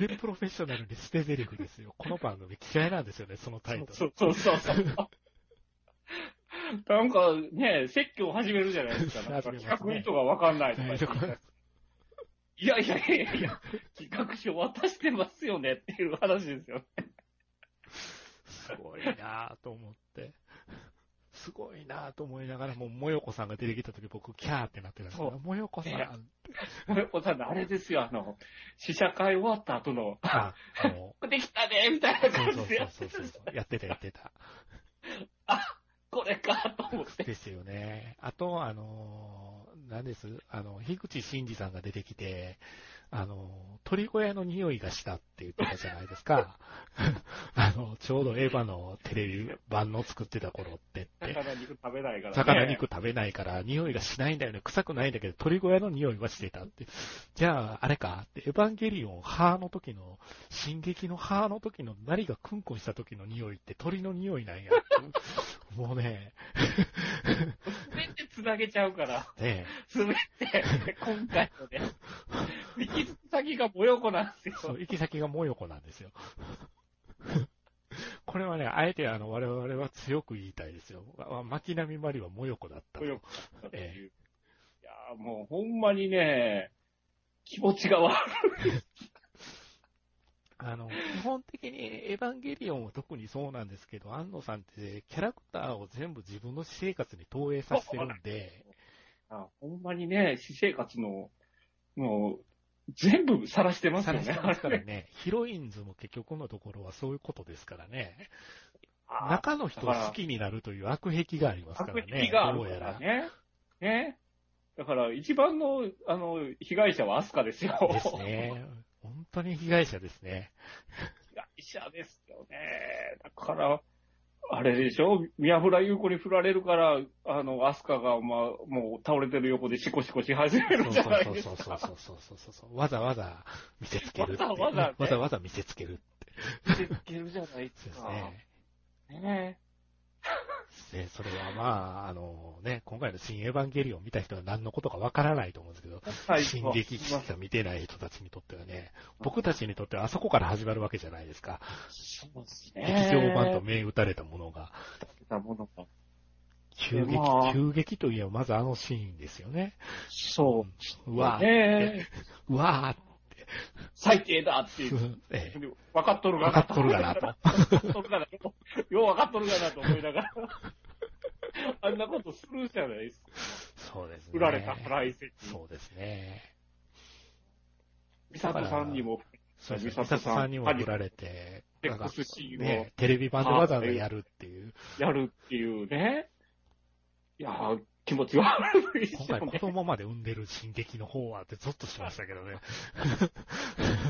Speaker 2: で、プロフェッショナルに捨て台詞ですよ。この番組嫌いなんですよね、そのタイトル。
Speaker 3: そうそうそうそう。
Speaker 2: *laughs*
Speaker 3: なんかね、説教始めるじゃないですか。なんか企画意図がわかんないとか言っていやいやいやいや、企画書渡してますよねっていう話ですよ。
Speaker 2: すごいなぁと思って。すごいなぁと思いながら、もう、もよこさんが出てきたとき僕、キャーってなってたんですけど、
Speaker 3: そう
Speaker 2: もよこさん
Speaker 3: いやこれ、 *laughs* おさん、あれですよ、あの、試写会終わった後の、
Speaker 2: あ、あの、
Speaker 3: できたねみたいな
Speaker 2: そう
Speaker 3: *laughs* 感
Speaker 2: そう
Speaker 3: じでやっ
Speaker 2: そう
Speaker 3: て
Speaker 2: そう
Speaker 3: る。
Speaker 2: そう。やってた、やってた。
Speaker 3: これかと思って。
Speaker 2: ですよね。あと、あの、何ですあの、樋口真嗣さんが出てきて、あの、鳥小屋の匂いがしたって言ってたじゃないですか。 *laughs* あの、ちょうどエヴァのテレビ版の作ってた頃ってって。
Speaker 3: 魚肉食べないから、ね。
Speaker 2: 魚肉食べないから、匂いがしないんだよね。臭くないんだけど、鳥小屋の匂いはしてたって。じゃあ、あれかって、エヴァンゲリオン、ハの時の、進撃のハの時の、何がクンコンした時の匂いって鳥の匂いなんやって。もうね、 *laughs*
Speaker 3: すべて繋げちゃうから、
Speaker 2: ねえ
Speaker 3: すべて、今回のね、行き先がもよこなんですよ。
Speaker 2: そう、行き先がもよこなんですよ。これはね、あえてあの、我々は強く言いたいですよ。わ巻波まりはもよこだったと。
Speaker 3: もよこだっていう。いやーもうほんまにね、気持ちが悪い。
Speaker 2: あの、基本的にエヴァンゲリオンは特にそうなんですけど、安野さんってキャラクターを全部自分の私生活に投影させてるんで、
Speaker 3: あほんまにね、私生活の、もう、全部晒してます
Speaker 2: さ
Speaker 3: よ
Speaker 2: らし
Speaker 3: ね
Speaker 2: て。ますからね、ヒロインズも結局のところはそういうことですからね、
Speaker 3: あー
Speaker 2: 中の人を好きになるという悪癖がありますから
Speaker 3: 悪
Speaker 2: ね
Speaker 3: 癖、があ
Speaker 2: どう
Speaker 3: るか
Speaker 2: や
Speaker 3: ら
Speaker 2: ら。
Speaker 3: ね。ね。だから、一番の、あの、被害者はアスカですよ。
Speaker 2: ですね。本当に被害者ですね。
Speaker 3: 被害者ですよね。だから、あれでしょ宮村優子に振られるから、あの、アスカが、まあ、もう倒れてる横でシコシコし始め
Speaker 2: そう
Speaker 3: るじ
Speaker 2: そ
Speaker 3: ゃないうです
Speaker 2: そうそう
Speaker 3: か。
Speaker 2: そうそうそうそうそう。わざわざ見せつけるって。
Speaker 3: わざわざね
Speaker 2: わざわざ見せつける。
Speaker 3: 出てけるじゃない
Speaker 2: そう
Speaker 3: で
Speaker 2: ですす
Speaker 3: か。
Speaker 2: ね。
Speaker 3: ね
Speaker 2: で、それはまあ、あのね、今回の新エヴァンゲリオン見た人は何のことかわからないと思うんですけど、
Speaker 3: はい
Speaker 2: 進撃しか見てない人たちにとってはね、僕たちにとってはあそこから始まるわけじゃないですか。
Speaker 3: そうです
Speaker 2: 劇
Speaker 3: ね。
Speaker 2: 場版と銘打たれたものが。
Speaker 3: たものが
Speaker 2: 急激
Speaker 3: まあ、
Speaker 2: 急激といえばまずあのシーンですよね。
Speaker 3: そうう。
Speaker 2: わー、
Speaker 3: ね
Speaker 2: うわ
Speaker 3: 最低だっていう
Speaker 2: ー。ええ
Speaker 3: 分かっとるが
Speaker 2: わ
Speaker 3: な。
Speaker 2: かっとるかなと。
Speaker 3: 分かっとるがな。よう分かっとるがなと思いながら。あんなことするじゃないですか。
Speaker 2: そうですね。
Speaker 3: 売られた腹いせに。
Speaker 2: そうですね。
Speaker 3: 美里さんにも、
Speaker 2: そうですね。
Speaker 3: 美
Speaker 2: 美
Speaker 3: 里さん
Speaker 2: 里さんにも振られて、
Speaker 3: セ
Speaker 2: な
Speaker 3: ッ
Speaker 2: んか
Speaker 3: クスシーンを
Speaker 2: ね、テレビ版でわざわざやるっていう。
Speaker 3: やるっていうね。いやー、気持ち悪いです
Speaker 2: 今回
Speaker 3: よ
Speaker 2: 子
Speaker 3: ね。
Speaker 2: 供まで産んでる進撃の方はってゾッとしましたけどね。 *laughs*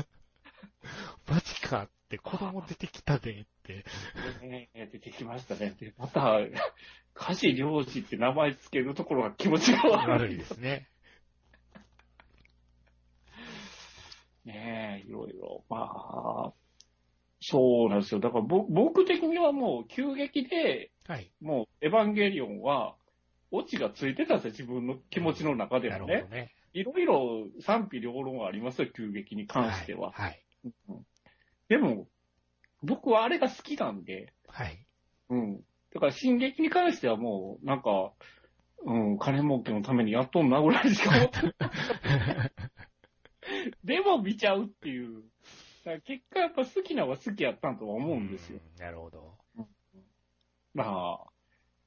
Speaker 2: マジかって子供出てきたでって。
Speaker 3: ね出てきましたね。で、また、家事漁師って名前つけるところが気持ちが悪
Speaker 2: 悪い
Speaker 3: い
Speaker 2: です *laughs* ね。
Speaker 3: ねえ、いろいろ。まあ、そうなんですよ。だからぼ僕的にはもう急激で、
Speaker 2: はい。
Speaker 3: もうエヴァンゲリオンは、オチがついてたんですよ、自分の気持ちの中で
Speaker 2: な
Speaker 3: は
Speaker 2: るほど
Speaker 3: ね。
Speaker 2: ね。
Speaker 3: いろいろ賛否両論はありますよ、急激に関しては。
Speaker 2: はい。
Speaker 3: でも、僕はあれが好きなんで、
Speaker 2: *laughs* はい。
Speaker 3: うん。だから、進撃に関してはもう、なんか、うん、金儲けのためにやっとんなぐらいしか思って
Speaker 2: *laughs*
Speaker 3: ない。でも見ちゃうっていう。だから結果やっぱ好きなは好きやったんとは思うんですよ。
Speaker 2: うん。なるほど。
Speaker 3: まあ、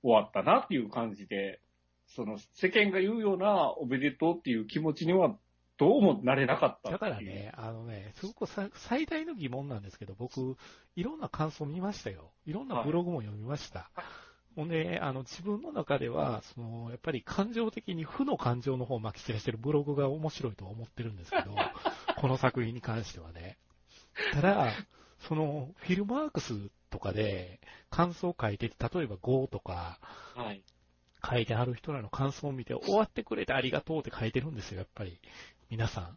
Speaker 3: 終わったなっていう感じで、その世間が言うようなおめでとうっていう気持ちにはどうもなれなかった
Speaker 2: だ
Speaker 3: って
Speaker 2: から
Speaker 3: いう。
Speaker 2: ね、あのね、すごくさ最大の疑問なんですけど、僕、いろんな感想見ましたよ。いろんなブログも読みました。ほんで、あの、自分の中では、その、やっぱり感情的に負の感情の方を巻き散らしてるブログが面白いとは思ってるんですけ
Speaker 3: *laughs*
Speaker 2: ど、この作品に関してはね。ただ、その、フィルマークスとかで感想を書いてて、例えば5とか
Speaker 3: はい。
Speaker 2: 書いてある人らの感想を見て、終わってくれてありがとうって書いてるんですよ、やっぱり。皆さ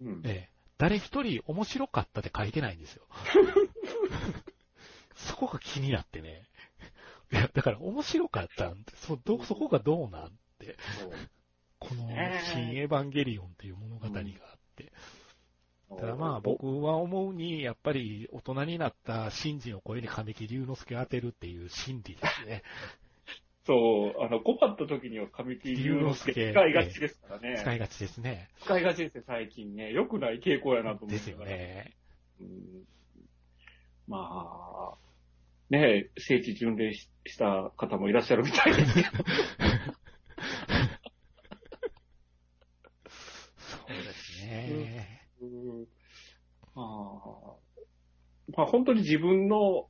Speaker 2: ん。
Speaker 3: うん。
Speaker 2: ええ、誰一人面白かったって書いてないん
Speaker 3: *laughs*
Speaker 2: ですよ。そこが気になってね。いや、だから面白かったんで、そどそこがどうなん
Speaker 3: そう
Speaker 2: この
Speaker 3: ねえ
Speaker 2: 新エヴァンゲリオンっていう物語があって。ただまあ僕は思うに、やっぱり大人になった新人を声に神木隆之介を当てるっていう心理です
Speaker 3: *laughs*
Speaker 2: ね。
Speaker 3: そう、あの、困った時には神木隆之介使いがちですから
Speaker 2: 使
Speaker 3: ね。
Speaker 2: いがちですね。
Speaker 3: 使いがちですね、最近ね。良くない傾向やなと思う。
Speaker 2: ですよ。
Speaker 3: *laughs*
Speaker 2: ね。
Speaker 3: うん、まあ、ねえ、聖地巡礼しした方もいらっしゃるみたいですけど。
Speaker 2: そうですね。
Speaker 3: うんまあ、まあ本当に自分の、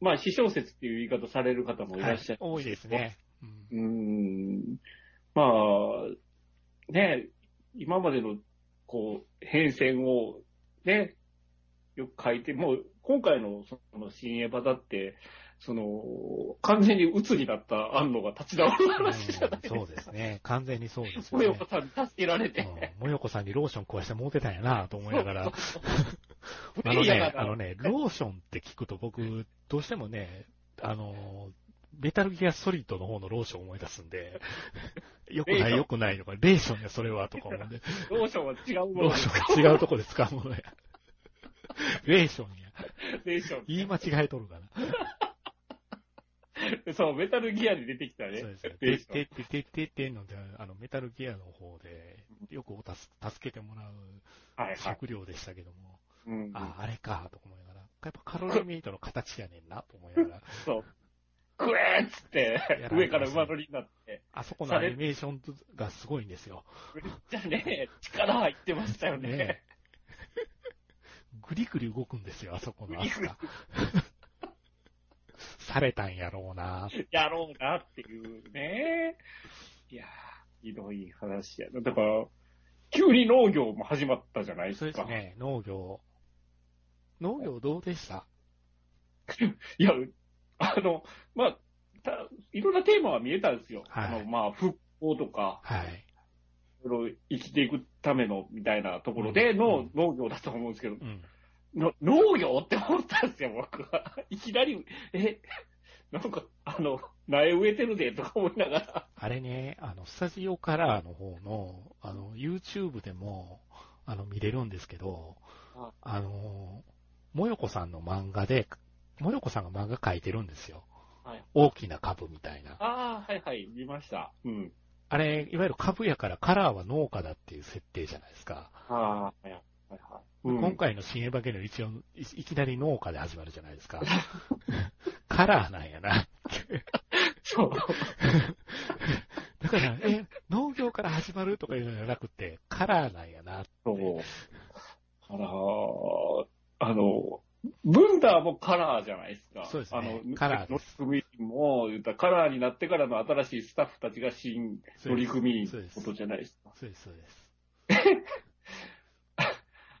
Speaker 3: まあ、私小説っていう言い方される方もいらっしゃる、
Speaker 2: はい多いですね。うん
Speaker 3: うんまあ、ね、今までの、こう、変遷を、ね、よく書いて、もう、今回の、その、新エヴァだって、その、完全に鬱になった安野が立ち直る話じゃないですか。
Speaker 2: うんそうですね。完全にそうですよ
Speaker 3: 小
Speaker 2: ね。
Speaker 3: 山さんに助けられて。
Speaker 2: うんもよこさんにローション食わしてもうてたんやなと思いなが
Speaker 3: *laughs*
Speaker 2: ら。あの
Speaker 3: いやい
Speaker 2: ね
Speaker 3: や、
Speaker 2: あのね、ローションって聞くと僕、どうしてもね、あの、メタルギアソリッドの方のローションを思い出すんで、 *laughs* よく
Speaker 3: レー
Speaker 2: な
Speaker 3: シ
Speaker 2: い
Speaker 3: ョン
Speaker 2: よくないとか、レーションやそれはとか思うん
Speaker 3: *laughs*
Speaker 2: で、
Speaker 3: ローションは違うも
Speaker 2: ロ
Speaker 3: の
Speaker 2: ーションが違うとこで使うものや。レーションや。
Speaker 3: レーション
Speaker 2: 言い間違えとるから。
Speaker 3: *laughs* そう、メタルギアに出てきたね
Speaker 2: そう。
Speaker 3: レー
Speaker 2: です
Speaker 3: ション
Speaker 2: ね。てててててので、あの、メタルギアの方で、よくおたす助けてもらう
Speaker 3: はいはい。
Speaker 2: 食料でしたけども。
Speaker 3: うん
Speaker 2: あ、あれか、と思いながら。やっぱカロリーメイトの形やねんな、と思いな
Speaker 3: *laughs*
Speaker 2: がら。
Speaker 3: そう。クエーっつって
Speaker 2: やられてま、すね
Speaker 3: 上から馬乗りになって、
Speaker 2: あそこのアニメーションがすごいんですよ。
Speaker 3: めっちゃね、力入ってましたよね。
Speaker 2: ねぐりぐり動くんですよ、あそこのアスが。 *laughs* されたんやろうな。
Speaker 3: やろうなっていうね。いやー、ひどい話やな。だから、急に農業も始まったじゃないです
Speaker 2: そう
Speaker 3: か。
Speaker 2: ですね、農業。農業どうでした
Speaker 3: いや、あの、まあ、たいろんなテーマは見えたんですよ。
Speaker 2: はい
Speaker 3: あのまあ、復興とか、
Speaker 2: はい。
Speaker 3: いろいろ生きていくためのみたいなところでの、
Speaker 2: うん
Speaker 3: 農業だと思うんですけど、
Speaker 2: うん。
Speaker 3: の農業って思ったんですよ、僕は。 *laughs* いきなり、え、なんか、あの、苗植えてるで、とか思いながら。
Speaker 2: あれね、あの、スタジオカラーの方の、あの、YouTube でも、あの、見れるんですけど
Speaker 3: はい、
Speaker 2: あの、もよこさんの漫画で、もよこさんが漫画描いてるんですよ。
Speaker 3: はい
Speaker 2: 大きな株みたいな。
Speaker 3: ああ、はいはい、見ました。うん。
Speaker 2: あれ、いわゆる株やからカラーは農家だっていう設定じゃないですか。
Speaker 3: ああ、はいはいはい。うん
Speaker 2: 今回の新エヴァゲリオン一応い、い
Speaker 3: *laughs*
Speaker 2: きなり農家で始まるじゃないですか。カラーなんやな。
Speaker 3: そう。
Speaker 2: *laughs* だから、え、農業から始まるとかいうのじゃなくて、カラーなんやな。
Speaker 3: そう。カラー、あの、ブンダーもカラーじゃないですか。
Speaker 2: そうですね
Speaker 3: あの、
Speaker 2: カラーで
Speaker 3: の
Speaker 2: す
Speaker 3: 組も、言ったらカラーになってからの新しいスタッフたちが新
Speaker 2: そうで
Speaker 3: 取り
Speaker 2: す
Speaker 3: 組み
Speaker 2: そうです。
Speaker 3: ことじゃないですか。
Speaker 2: そうです、そうです。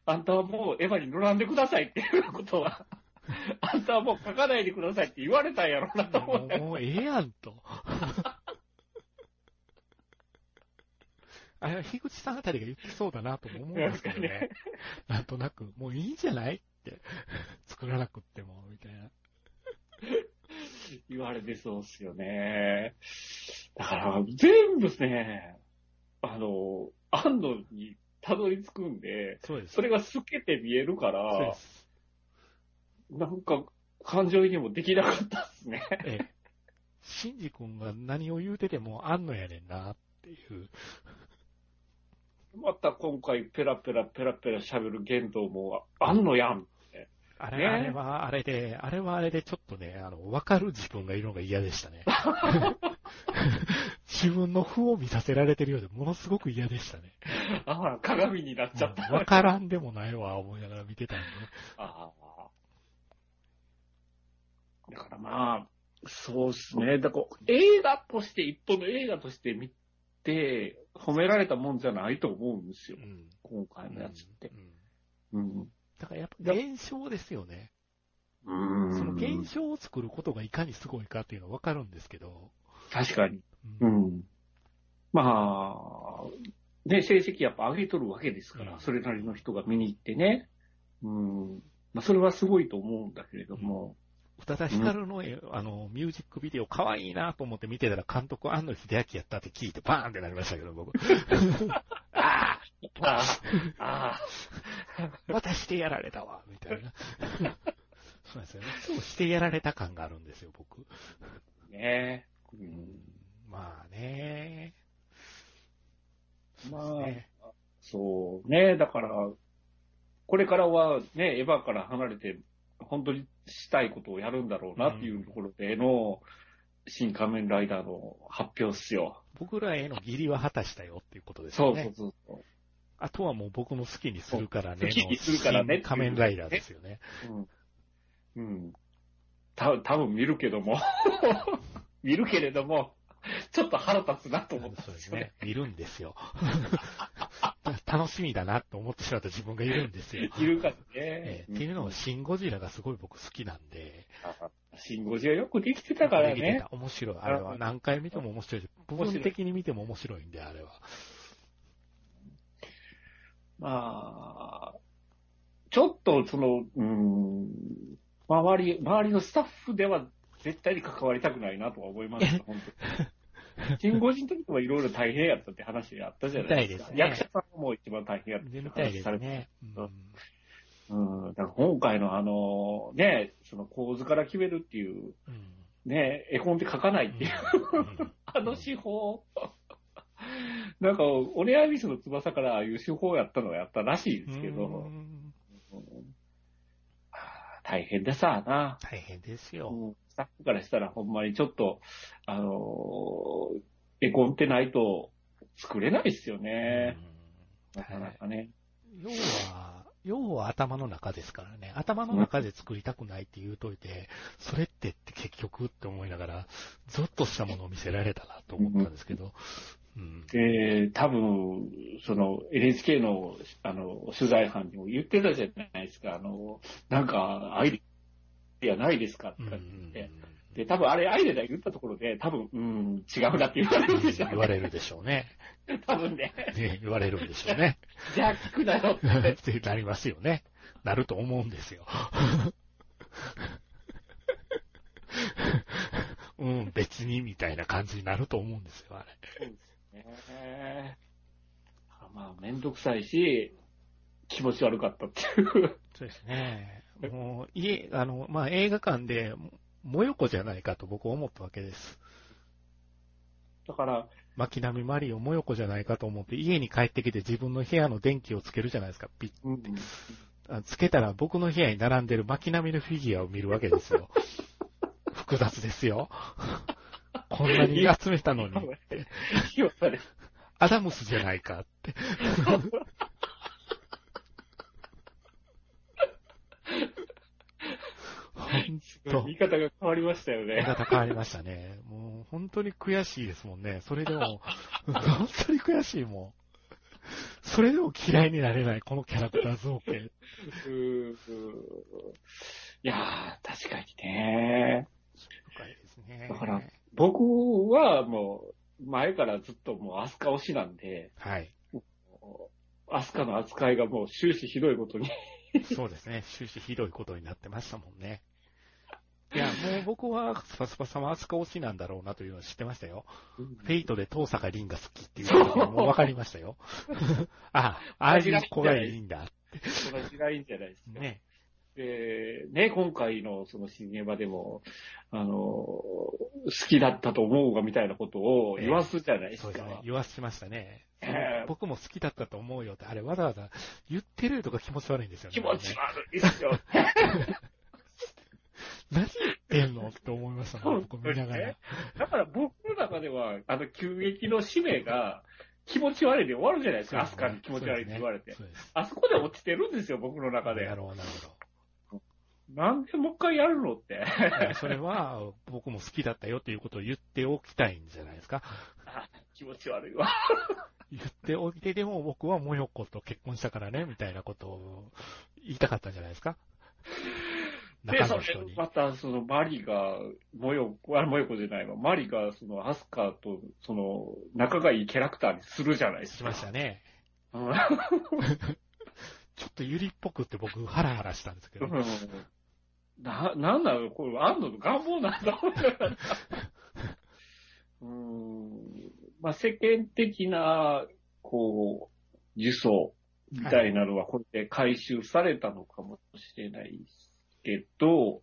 Speaker 3: あんたはもうエヴァに乗らんでくださいっていうこ
Speaker 2: *laughs*
Speaker 3: とは、あんたはもう書かないでくださいって言われたんやろうなと思
Speaker 2: も
Speaker 3: っ
Speaker 2: う
Speaker 3: て。
Speaker 2: もうええやんと。 *laughs* あれは樋口さんあたりが言ってそうだなとも思うんですけどね。なんとなく、もういいんじゃないって。作らなくっても、みたいな。
Speaker 3: 言われてそうっすよね。だから、全部ね、あの、安藤にたどり着くんで、
Speaker 2: そうです。
Speaker 3: それが透けて見えるか
Speaker 2: そうで
Speaker 3: ら、
Speaker 2: す。
Speaker 3: なんか、感情移入もできなかったっすね。 *laughs*
Speaker 2: ええ。シンジ君が何を言うてても、あんのやねんな、っていう。
Speaker 3: また今回、ペラペラペラペラ喋る言動もあんのやん。
Speaker 2: あ
Speaker 3: ね
Speaker 2: れあれはあれで、あれはあれでちょっとね、あの、わかる自分がいるのが嫌でした
Speaker 3: *laughs*
Speaker 2: ね。自分の負を見させられてるようで、ものすごく嫌でしたね。
Speaker 3: ああ、鏡になっちゃっ
Speaker 2: うんわ
Speaker 3: た。
Speaker 2: からんでもないわ、思いながら見てたんで。
Speaker 3: ああ。だからまあ、そうですね。だから映画として、一本の映画として見て、褒められたもんじゃないと思うんですよ
Speaker 2: う。ん。
Speaker 3: 今回のやつって
Speaker 2: う。ん
Speaker 3: うん。
Speaker 2: だからやっぱ現象ですよね。
Speaker 3: うん。
Speaker 2: その現象を作ることがいかにすごいかっていうのはわかるんですけど。
Speaker 3: 確かに。
Speaker 2: う
Speaker 3: うんん。まあ、ね、成績やっぱ上げとるわけですから、
Speaker 2: うん
Speaker 3: それなりの人が見に行ってね。うん。まあ、それはすごいと思うんだけれども。
Speaker 2: 宇多田ヒカルの,、あのミュージックビデオ、可愛いなと思って見てたら、監督、安野秀明やったって聞いて、バーンってなりましたけど、僕、
Speaker 3: ああああああ
Speaker 2: *laughs* またしてやられたわ、みたいな。 *laughs* そうなんですよね。そうしてやられた感があるんですよ、僕。
Speaker 3: *laughs* ねえ。うん
Speaker 2: まあね。そうです
Speaker 3: まあ、
Speaker 2: ね
Speaker 3: そうね、だから、これからはね、エヴァから離れて、本当にしたいことをやるんだろうなっていうところでの、新仮面ライダーの発表っすよ。
Speaker 2: 僕らへの義理は果たしたよっていうことです
Speaker 3: そ
Speaker 2: よ
Speaker 3: う
Speaker 2: ね。
Speaker 3: そうそうそう。
Speaker 2: あとはもう僕の好きにするからね。
Speaker 3: そう好きにするからね
Speaker 2: の新仮面ライダーですよね。
Speaker 3: うん。うん。た多分見るけども、 *laughs* 見るけれども、ちょっと腹立つなと思った
Speaker 2: そ
Speaker 3: ん
Speaker 2: う
Speaker 3: で
Speaker 2: ですす
Speaker 3: よね
Speaker 2: ね。。いるんですよ。 *laughs* 楽しみだなと思ってしまった自分がいるんですよ。
Speaker 3: いるからね。
Speaker 2: ええっていうのは、シン・ゴジラがすごい僕好きなんで。
Speaker 3: シンゴジラよくできてたから
Speaker 2: できて
Speaker 3: ね。
Speaker 2: た面白い。あれは何回見ても面白いし、部
Speaker 3: 白い
Speaker 2: 分的に見ても面白いんで、あれは。
Speaker 3: まあ、ちょっとその、うん、周り、周りのスタッフでは絶対に関わりたくないなとは思いますよ、本当に。シンゴジラの時はいろいろ大変やったって話あったじゃないですか。
Speaker 2: みたいです
Speaker 3: 役者さんも一番大変やったって
Speaker 2: で、みたい
Speaker 3: 話
Speaker 2: で
Speaker 3: さ
Speaker 2: す
Speaker 3: れて
Speaker 2: ね。うん
Speaker 3: うん、だから今回のあの、ね、その構図から決めるっていう、
Speaker 2: うん
Speaker 3: ね、絵コンで書かないっていう、
Speaker 2: うん
Speaker 3: あの手法。 *laughs* なんか、オレアビスの翼からああいう手法やったのはやったらしいですけど、
Speaker 2: うん
Speaker 3: うんああ大変ださあな。
Speaker 2: 大変ですよ。
Speaker 3: うんスタッフからしたらほんまにちょっと、あのー絵コンってないと作れないですよね。
Speaker 2: うん
Speaker 3: なかなかね。
Speaker 2: 要は、要は頭の中ですからね。頭の中で作りたくないって言うといて、それってって結局って思いながら、ゾッとしたものを見せられたなと思ったんですけど。うん。
Speaker 3: で、多分、その NHK のあの取材班にも言ってたじゃないですか、あの、なんかアイデアないですかと
Speaker 2: うん
Speaker 3: か
Speaker 2: う
Speaker 3: 言っ
Speaker 2: ん
Speaker 3: て。で、多分あれアイデア言ったところで、多分、うん、違うなって言われるんでしょう
Speaker 2: 言わ
Speaker 3: ね。
Speaker 2: れるでしょうね。
Speaker 3: 多分ね。
Speaker 2: ね言われるんでしょうね。
Speaker 3: じゃあ聞くなよって。
Speaker 2: *laughs* ってなりますよね。なると思うんですよ。 *laughs* うん、別にみたいな感じになると思うんですよ、あれ。
Speaker 3: そうですね。まあ、めんどくさいし、気持ち悪かったっていう。 *laughs*
Speaker 2: そうですね。もう、家、あの、まあ、映画館で、ももよこじゃないかと僕は思ったわけです。
Speaker 3: だから、
Speaker 2: 巻波マリオもよこじゃないかと思って、家に帰ってきて自分の部屋の電気をつけるじゃないですか。ピッ
Speaker 3: うん、
Speaker 2: あつけたら僕の部屋に並んで
Speaker 3: *laughs*
Speaker 2: る巻波のフィギュアを見るわけですよ。複雑ですよ。こんなに集めたのに。
Speaker 3: 言われ
Speaker 2: アダムスじゃないか
Speaker 3: *laughs*
Speaker 2: って。本当
Speaker 3: 言い方が変わりましたよ
Speaker 2: 見
Speaker 3: ね。
Speaker 2: 方変わりましたね。もう本当に悔しいですもんね。それでも、本当に悔しいもん。それでも嫌いになれない、このキャラクター造形。
Speaker 3: うーんいやー、確かにね。
Speaker 2: 深いですね。
Speaker 3: だから僕はもう、前からずっともうアスカ推しなんで、
Speaker 2: はい。
Speaker 3: アスカの扱いがもう終始ひどいことに。
Speaker 2: *laughs* そうですね。終始ひどいことになってましたもんね。 *laughs* いや、もう僕はスパスパ様扱推しなんだろうなというのは知ってましたよ。フ
Speaker 3: *laughs*
Speaker 2: ェイトで遠坂凛が好きっていうことがもう分かりました *laughs* よ。ああ、ああいう子がいいんだ。
Speaker 3: 同じラインじゃないですか。
Speaker 2: ね。
Speaker 3: で、ね、今回のその新ネバでも、あの、好きだったと思うがみたいなことを言わすじゃないです
Speaker 2: そう
Speaker 3: か。
Speaker 2: ですね。言わしましたね。
Speaker 3: ええ
Speaker 2: 僕も好きだったと思うよって、あれわざわざ言ってるとか気持ち悪いんですよね。
Speaker 3: 気持ち悪いで
Speaker 2: *laughs*
Speaker 3: すよ。
Speaker 2: 何言ってんのって思いましたもん、僕
Speaker 3: そうで
Speaker 2: 見
Speaker 3: すね
Speaker 2: な *laughs* がら。
Speaker 3: だから僕の中では、あの、急激の使命が気持ち悪いで終わるじゃないですか。アスカに気持ち悪いって言われて。
Speaker 2: そうです。
Speaker 3: あそこで落ちてるんですよ、僕の中で
Speaker 2: な。るほど、なるほど。
Speaker 3: なんでもう一回やるのって。 *laughs*
Speaker 2: いやそれは、僕も好きだったよということを言っておきたいんじゃないですか。
Speaker 3: あ気持ち悪いわ。
Speaker 2: 言っておいて、でも僕はもよこと結婚したからね、みたいなことを言いたかったんじゃないですか。
Speaker 3: で、
Speaker 2: 中
Speaker 3: そ
Speaker 2: の
Speaker 3: れ
Speaker 2: 人に。
Speaker 3: また、その、マリが、モヨコ、あ、モヨコじゃないわ。マリが、その、アスカと、その、仲がいいキャラクターにするじゃないです
Speaker 2: し
Speaker 3: か。
Speaker 2: ましたね。
Speaker 3: うん
Speaker 2: ちょっとゆりっぽくって僕ハラハラしたんですけど。
Speaker 3: な、なんなのこれ、安藤の願望なんだ
Speaker 2: *laughs*
Speaker 3: うーん。まあ、世間的な、こう、呪詛みたいなのは、これで回収されたのかもしれないけど、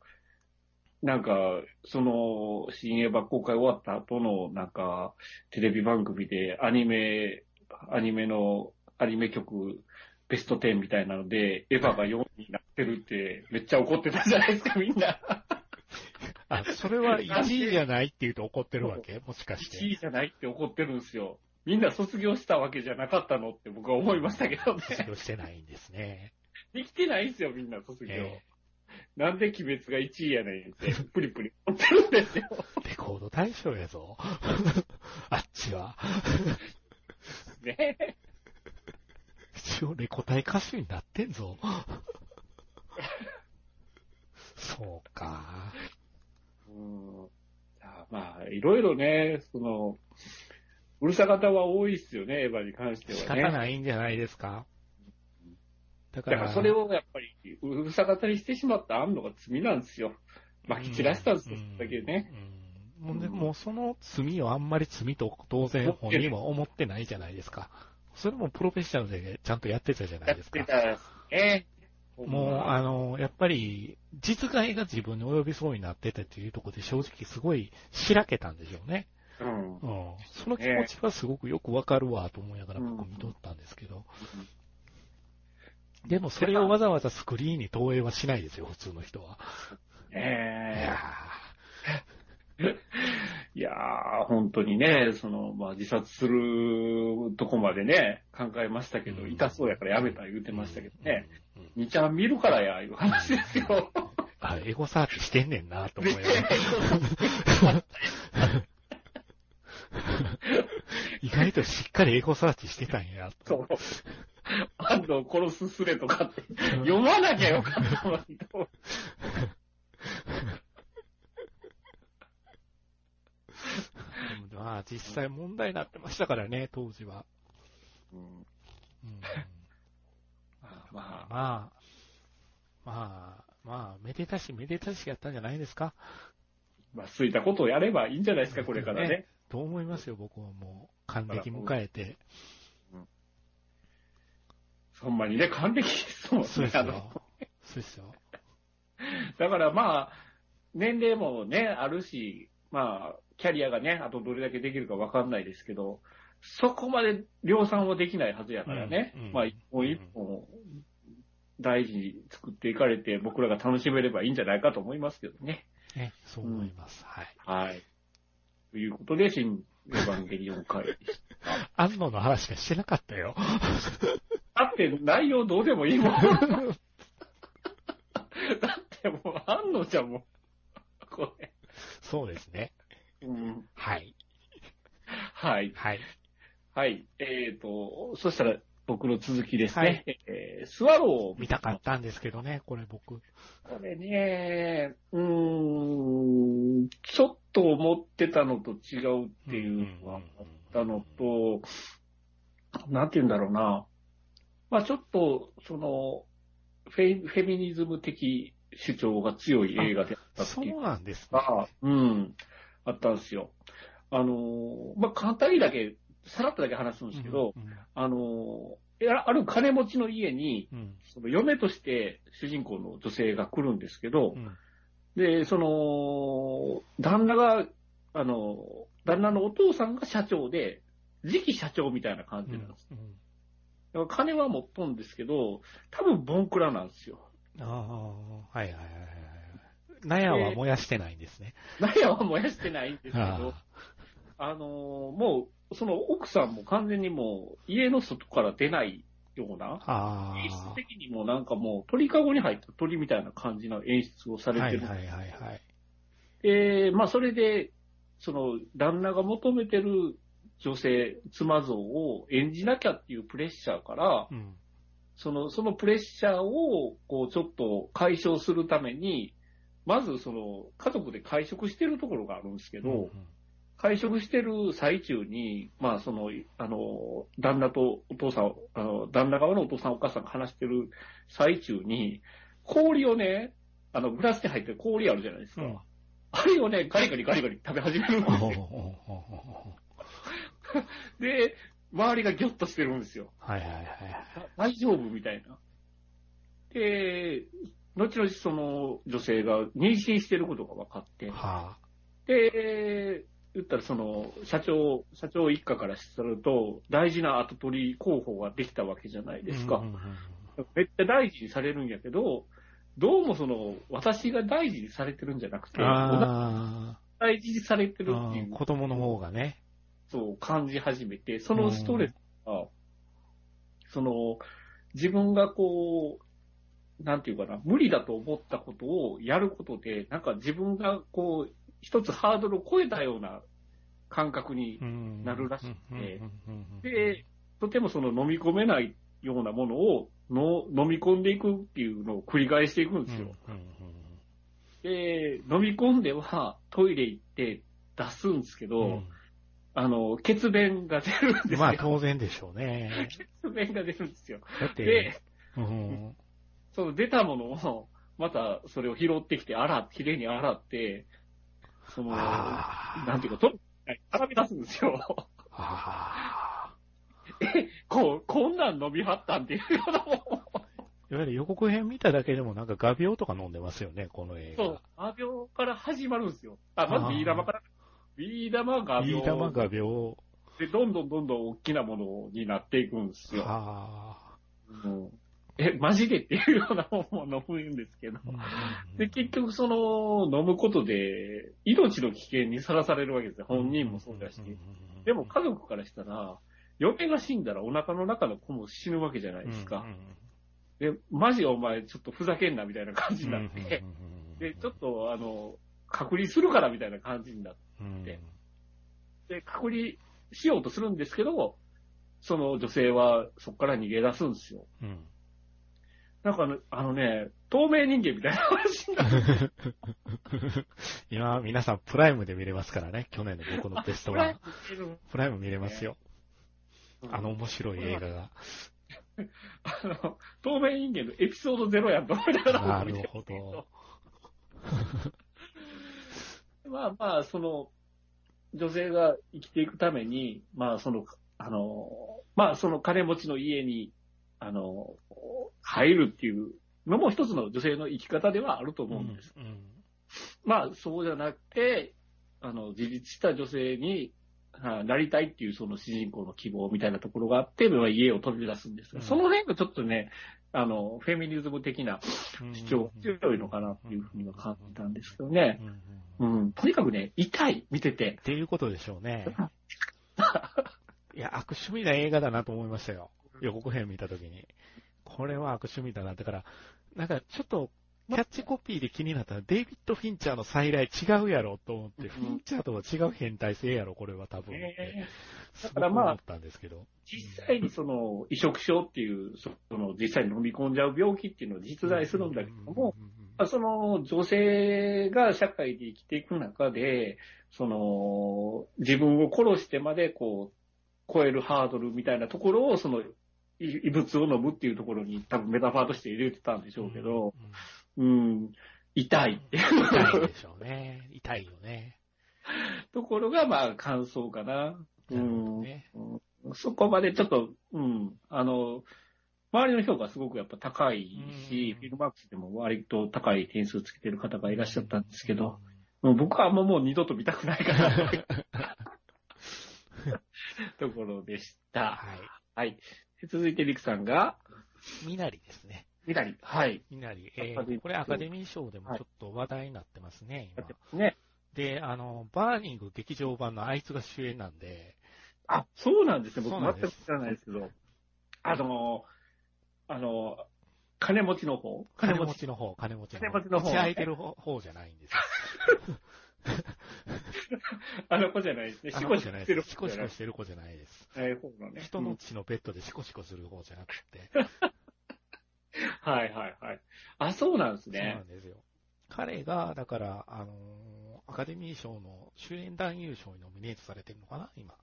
Speaker 3: なんか、その、新エヴァ公開終わった後の、なんか、テレビ番組でアニメ、アニメの、アニメ曲ベスト10みたいなので、エヴァが4位になってるって、めっちゃ怒ってたじゃないですか、みんな。
Speaker 2: あ、それは1位じゃないって言うと怒ってるわけもしかして。
Speaker 3: 1位じゃないって怒ってるんですよ。みんな卒業したわけじゃなかったのって僕は思いましたけど
Speaker 2: *laughs*
Speaker 3: ね。
Speaker 2: 卒業してないんですね。
Speaker 3: できてないんですよ、みんな卒業。
Speaker 2: え
Speaker 3: なんで鬼滅が1位やねんって、プリプリ怒ってるんですよ。
Speaker 2: えレコード大賞やぞ。 *laughs* あっちは。
Speaker 3: ね。
Speaker 2: 一応レコ大歌手になってん
Speaker 3: *laughs*
Speaker 2: ぞ。そうか。
Speaker 3: うん。あまあ、いろいろね、その、うるさ方は多いですよね、エヴァに関して
Speaker 2: 仕
Speaker 3: は
Speaker 2: 方
Speaker 3: ね。
Speaker 2: ないんじゃないですか。だか
Speaker 3: だ
Speaker 2: ら、
Speaker 3: からそれをやっぱり、うるさ方にしてしまった安野が罪なんですよ。まき散らしたんですよ、だけどね。
Speaker 2: うん。うんもうね
Speaker 3: うん
Speaker 2: もうその罪をあんまり罪と当然本人は思ってないじゃないですか。それもプロフェッショナルでちゃんとやってたじゃな
Speaker 3: や
Speaker 2: い
Speaker 3: っ
Speaker 2: です
Speaker 3: て
Speaker 2: か。
Speaker 3: たら、ね。
Speaker 2: もう、あの、やっぱり、実害が自分に及びそうになってたっていうところで正直すごいしらけたんでしょうね。
Speaker 3: う
Speaker 2: う。
Speaker 3: ん
Speaker 2: ん。その気持ちはすごくよくわかるわと思いながら
Speaker 3: うん
Speaker 2: 僕見とったんですけど。でもそれをわざわざスクリーンに投影はしないですよ、普通の人は。い
Speaker 3: え
Speaker 2: や
Speaker 3: えいやー、本当にね、その、まあ、自殺するとこまでね、考えましたけど、
Speaker 2: うん
Speaker 3: 痛そうやからやめた言うて
Speaker 2: ー
Speaker 3: ましたけどね、。
Speaker 2: うんうん
Speaker 3: 2ちゃん見るからや、いう話で
Speaker 2: *laughs*
Speaker 3: すよ。
Speaker 2: あ、エゴサーチしてんねんなと思いながら。
Speaker 3: *laughs*
Speaker 2: 意外としっかりエゴサーチしてたんや
Speaker 3: そ
Speaker 2: と。
Speaker 3: う。安藤殺すすれとかって、読まなきゃよかったのにと思って
Speaker 2: まあ、実際問題になってましたからね、当時は。
Speaker 3: うん
Speaker 2: うん、
Speaker 3: ま
Speaker 2: まあ、
Speaker 3: あ、
Speaker 2: まあ、まあ、めでたしめでたしやったんじゃないですか。
Speaker 3: まあ、すいたことをやればいいんじゃないですか、これからね。
Speaker 2: と思いますよ、僕はもう。還暦迎えて。
Speaker 3: ほんまにね、還暦ですもんね。
Speaker 2: そうです
Speaker 3: あの
Speaker 2: よ。そうですよ。
Speaker 3: だからまあ、年齢もね、あるし、まあ、キャリアがね、あとどれだけできるかわかんないですけど、そこまで量産はできないはずやからね、
Speaker 2: うんうん
Speaker 3: まあ、一本一本、大事に作っていかれて、僕らが楽しめればいいんじゃないかと思いますけどね。
Speaker 2: ね、そう思います。はい。
Speaker 3: はい。ということで、新エヴァンゲリオン会でした。
Speaker 2: 安野の話しかしてなかった
Speaker 3: *laughs*
Speaker 2: よ。
Speaker 3: だって内容どうでもいいもん。だってもう、安野じゃんもう。これ。
Speaker 2: そうですね。
Speaker 3: うん。
Speaker 2: はい。
Speaker 3: はい。
Speaker 2: はい。
Speaker 3: はい。えっ、と、そしたら僕の続きですね。
Speaker 2: はい
Speaker 3: えースワロー。
Speaker 2: 見たかったんですけどね、これ僕。
Speaker 3: これね、うーん、ちょっと思ってたのと違うっていうのがあったのと、なんて言うんだろうな。まあちょっと、その、フェイフェミニズム的主張が強い映画であったって
Speaker 2: そ
Speaker 3: いう
Speaker 2: うなんですね。
Speaker 3: が、うん、あったんですよ。あのー、まあ、簡単にだけ、さらっとだけ話すんですけど、
Speaker 2: うん、
Speaker 3: あのー、いやある金持ちの家に、
Speaker 2: うん。
Speaker 3: その嫁として主人公の女性が来るんですけど
Speaker 2: う、ん。
Speaker 3: で、その、旦那が、あの、旦那のお父さんが社長で、次期社長みたいな感じ
Speaker 2: う
Speaker 3: なん
Speaker 2: ん
Speaker 3: です。だから金は持っとんですけど、多分ボンクラなんですよ。
Speaker 2: ああ、はいはいはいはい。納屋は燃やしてないんですね。
Speaker 3: 納屋は燃やしてないんですけど、
Speaker 2: あ
Speaker 3: あの、もう、その奥さんも完全にもう、家の外から出ないような、
Speaker 2: あ
Speaker 3: 演出
Speaker 2: あ
Speaker 3: 的にもなんかもう、鳥かごに入った鳥みたいな感じの演出をさ
Speaker 2: あ。
Speaker 3: れ
Speaker 2: は
Speaker 3: て
Speaker 2: い
Speaker 3: る
Speaker 2: はいはいはい。
Speaker 3: で、まあ、それで、その、旦那が求めてる女性、妻像を演じなきゃっていうプレッシャーから、
Speaker 2: うん。
Speaker 3: その、そのプレッシャーを、こう、ちょっと解消するために、まず、その、家族で会食してるところがあるんですけど、
Speaker 2: うん
Speaker 3: 会食してる最中に、まあ、その、あの、旦那とお父さん、あの、旦那側のお父さんお母さんが話してる最中に、氷をね、あの、グラスに入ってる氷あるじゃないですか。
Speaker 2: うん
Speaker 3: あれをね、ガリガリガリガリ食べ始めるん
Speaker 2: お
Speaker 3: で
Speaker 2: う
Speaker 3: す
Speaker 2: おう
Speaker 3: よ。
Speaker 2: おうおうおう
Speaker 3: で、周りがギョッとしてるんですよ。
Speaker 2: はいはいはい
Speaker 3: 大丈夫みたいな。で、後々その女性が妊娠してることが分かっ
Speaker 2: は
Speaker 3: て、
Speaker 2: い。は
Speaker 3: で、言ったらその、社長、社長一家からすると、大事な後取り候補ができたわけじゃない
Speaker 2: あ。
Speaker 3: ですか。
Speaker 2: うんうんうん
Speaker 3: めっちゃ大事にされるんやけど、どうもその、私が大事にされてるんじゃなくて、
Speaker 2: あ
Speaker 3: 大事にされて
Speaker 2: ー
Speaker 3: るっ
Speaker 2: あ
Speaker 3: てい
Speaker 2: ー。
Speaker 3: う
Speaker 2: 子供の方がね。
Speaker 3: ことを感じ始めて、そのストレスが、その、自分がこう、なんていうかな、無理だと思ったことをやることで、なんか自分がこう、一つハードルを超えたような感覚にな
Speaker 2: な
Speaker 3: るらしくて、
Speaker 2: うんうんうんうん
Speaker 3: で、とてもその飲み込めないようなものをの飲み込んでいくっていうのを繰り返していくんですよ。
Speaker 2: うんうん
Speaker 3: で、飲み込んではトイレ行って出すんですけど、
Speaker 2: うん
Speaker 3: あの、血便が出るんです
Speaker 2: う
Speaker 3: よ。
Speaker 2: んまあ当然でしょう
Speaker 3: *laughs*
Speaker 2: ね。
Speaker 3: 血便が出るんですよ。
Speaker 2: だって、
Speaker 3: で、
Speaker 2: うん
Speaker 3: その出たものを、またそれを拾ってきて、洗っ、きれいに洗って、その、な
Speaker 2: あ
Speaker 3: んていうか、と、洗び出すんですよ。 *laughs*
Speaker 2: あああ。
Speaker 3: こう、こんなん飲みはったんっていうようなもん
Speaker 2: いわゆる予告編見ただけでもなんか画鋲とか飲んでますよね、この映
Speaker 3: そう
Speaker 2: 画。、
Speaker 3: 画鋲から始まるんですよ。あ、まずビー玉から。ビー玉、画
Speaker 2: ビ
Speaker 3: 鋲。
Speaker 2: ー玉画鋲。
Speaker 3: で、どんどんどんどん大きなものになっていくんですよ。
Speaker 2: は
Speaker 3: うんえ、マジでっていうようなものを飲むんですけど。
Speaker 2: あ。
Speaker 3: で、結局その、飲むことで、命の危険にさらされるわけですよ。本人もそうだし
Speaker 2: んん。うん
Speaker 3: でも家族からしたら、嫁が死んだらお腹の中の子も死ぬわけじゃないですか。で、マジお前ちょっとふざけんなみたいな感じになって、で、ちょっとあの、隔離するからみたいな感じになって、てで、隔離しようとするんですけど、その女性はそこから逃げ出すんですよ。
Speaker 2: うんうんうん
Speaker 3: なんかねあのね、透明人間みたいな話
Speaker 2: *laughs*
Speaker 3: になって、
Speaker 2: 今、皆さんプライムで見れますからね、去年の僕のベスト
Speaker 3: こ
Speaker 2: ワ
Speaker 3: れ
Speaker 2: ン。プライム見れますよ。あの、面白い映画が。
Speaker 3: あの透明人間のエピソードゼロやんと思いながら
Speaker 2: な
Speaker 3: 僕見
Speaker 2: る
Speaker 3: て
Speaker 2: ほど。
Speaker 3: まあまあ、その、女性が生きていくために、まあその、あの、まあその金持ちの家に、あの、入るっていうのも一つの女性の生き方ではあると思うんです。
Speaker 2: うん。
Speaker 3: まあそうじゃなくて、あの、自立した女性に、はいなりたいっていうその主人公の希望みたいなところがあって、まあ家を飛び出すんですが、
Speaker 2: うん
Speaker 3: その辺がちょっとね、あの、フェミニズム的な主張が強いのかなっていうふうには感じたんですけどね。
Speaker 2: うんうんうん
Speaker 3: うん。とにかくね、痛い、見てて。
Speaker 2: っていうことでしょうね。
Speaker 3: *laughs*
Speaker 2: いや、悪趣味な映画だなと思いましたよ。予告編見たときに。これは悪趣味だな。だから、なんかちょっと、キャッチコピーで気になったら、デイビッド・フィンチャーの再来違うやろと思って、
Speaker 3: うん
Speaker 2: フィンチャーとは違う変態性やろ、これは多分。
Speaker 3: ね
Speaker 2: すご
Speaker 3: か
Speaker 2: く
Speaker 3: らまあ
Speaker 2: 思ったんですけど。
Speaker 3: 実際にその、移植症っていう、その、実際に飲み込んじゃう病気っていうのは実在するんだけども、
Speaker 2: うんうんうん
Speaker 3: まあその女性が社会で生きていく中で、その自分を殺してまでこう超えるハードルみたいなところをそのい異物を飲むっていうところに多分メタファーとして入れてたんでしょうけど、、
Speaker 2: ん
Speaker 3: うん、痛いっていう
Speaker 2: うん痛いでしょうね。痛いよね。
Speaker 3: ところがまあ感想かな。う
Speaker 2: なるほど
Speaker 3: ん
Speaker 2: ね。
Speaker 3: そこまでちょっと、うん、あの、周りの評価はすごくやっぱ高いし、
Speaker 2: うん
Speaker 3: フィルマークスでも割と高い点数つけてる方がいらっしゃったんですけど、
Speaker 2: うん。
Speaker 3: もう僕はあんまもう二度と見たくないかな
Speaker 2: *laughs*
Speaker 3: *laughs* というところでした。
Speaker 2: はい。
Speaker 3: はい。続いてリクさんが、
Speaker 2: みなりですね。
Speaker 3: みなり。はい。
Speaker 2: みなり。え
Speaker 3: アカデミ
Speaker 2: ー、
Speaker 3: ー
Speaker 2: これアカデミー賞でもちょっと話題になってますね、今
Speaker 3: やって。ますね。
Speaker 2: で、あの、バーニング劇場版のあいつが主演なんで、
Speaker 3: あ、そうなんですね。
Speaker 2: そ
Speaker 3: 僕
Speaker 2: うなん
Speaker 3: 全
Speaker 2: で
Speaker 3: く
Speaker 2: す
Speaker 3: 知らないですけど。あの、あの、金持ちの方金
Speaker 2: 金
Speaker 3: 持
Speaker 2: 持
Speaker 3: ち。
Speaker 2: ちの方、金持ちの方。
Speaker 3: 金持ちの方
Speaker 2: 口開いてる方方じゃないんです。
Speaker 3: あの子じゃないですね。
Speaker 2: あ
Speaker 3: シ
Speaker 2: の
Speaker 3: コ
Speaker 2: 子
Speaker 3: シ
Speaker 2: じゃ
Speaker 3: コ
Speaker 2: ない
Speaker 3: し
Speaker 2: で
Speaker 3: てる
Speaker 2: す。
Speaker 3: 方
Speaker 2: シコ
Speaker 3: じ
Speaker 2: シ
Speaker 3: ゃな
Speaker 2: コ
Speaker 3: い
Speaker 2: してる子じゃないです。
Speaker 3: はい方のね。
Speaker 2: 人の
Speaker 3: うん
Speaker 2: 血のベッドでシコシコする方じゃなくて、
Speaker 3: はいはいはい。あ、そうなんです
Speaker 2: そうな
Speaker 3: ね。
Speaker 2: んですよ。彼が、だから、あのーアカデミー賞の主演男優賞にノミネートされてるのかな、今。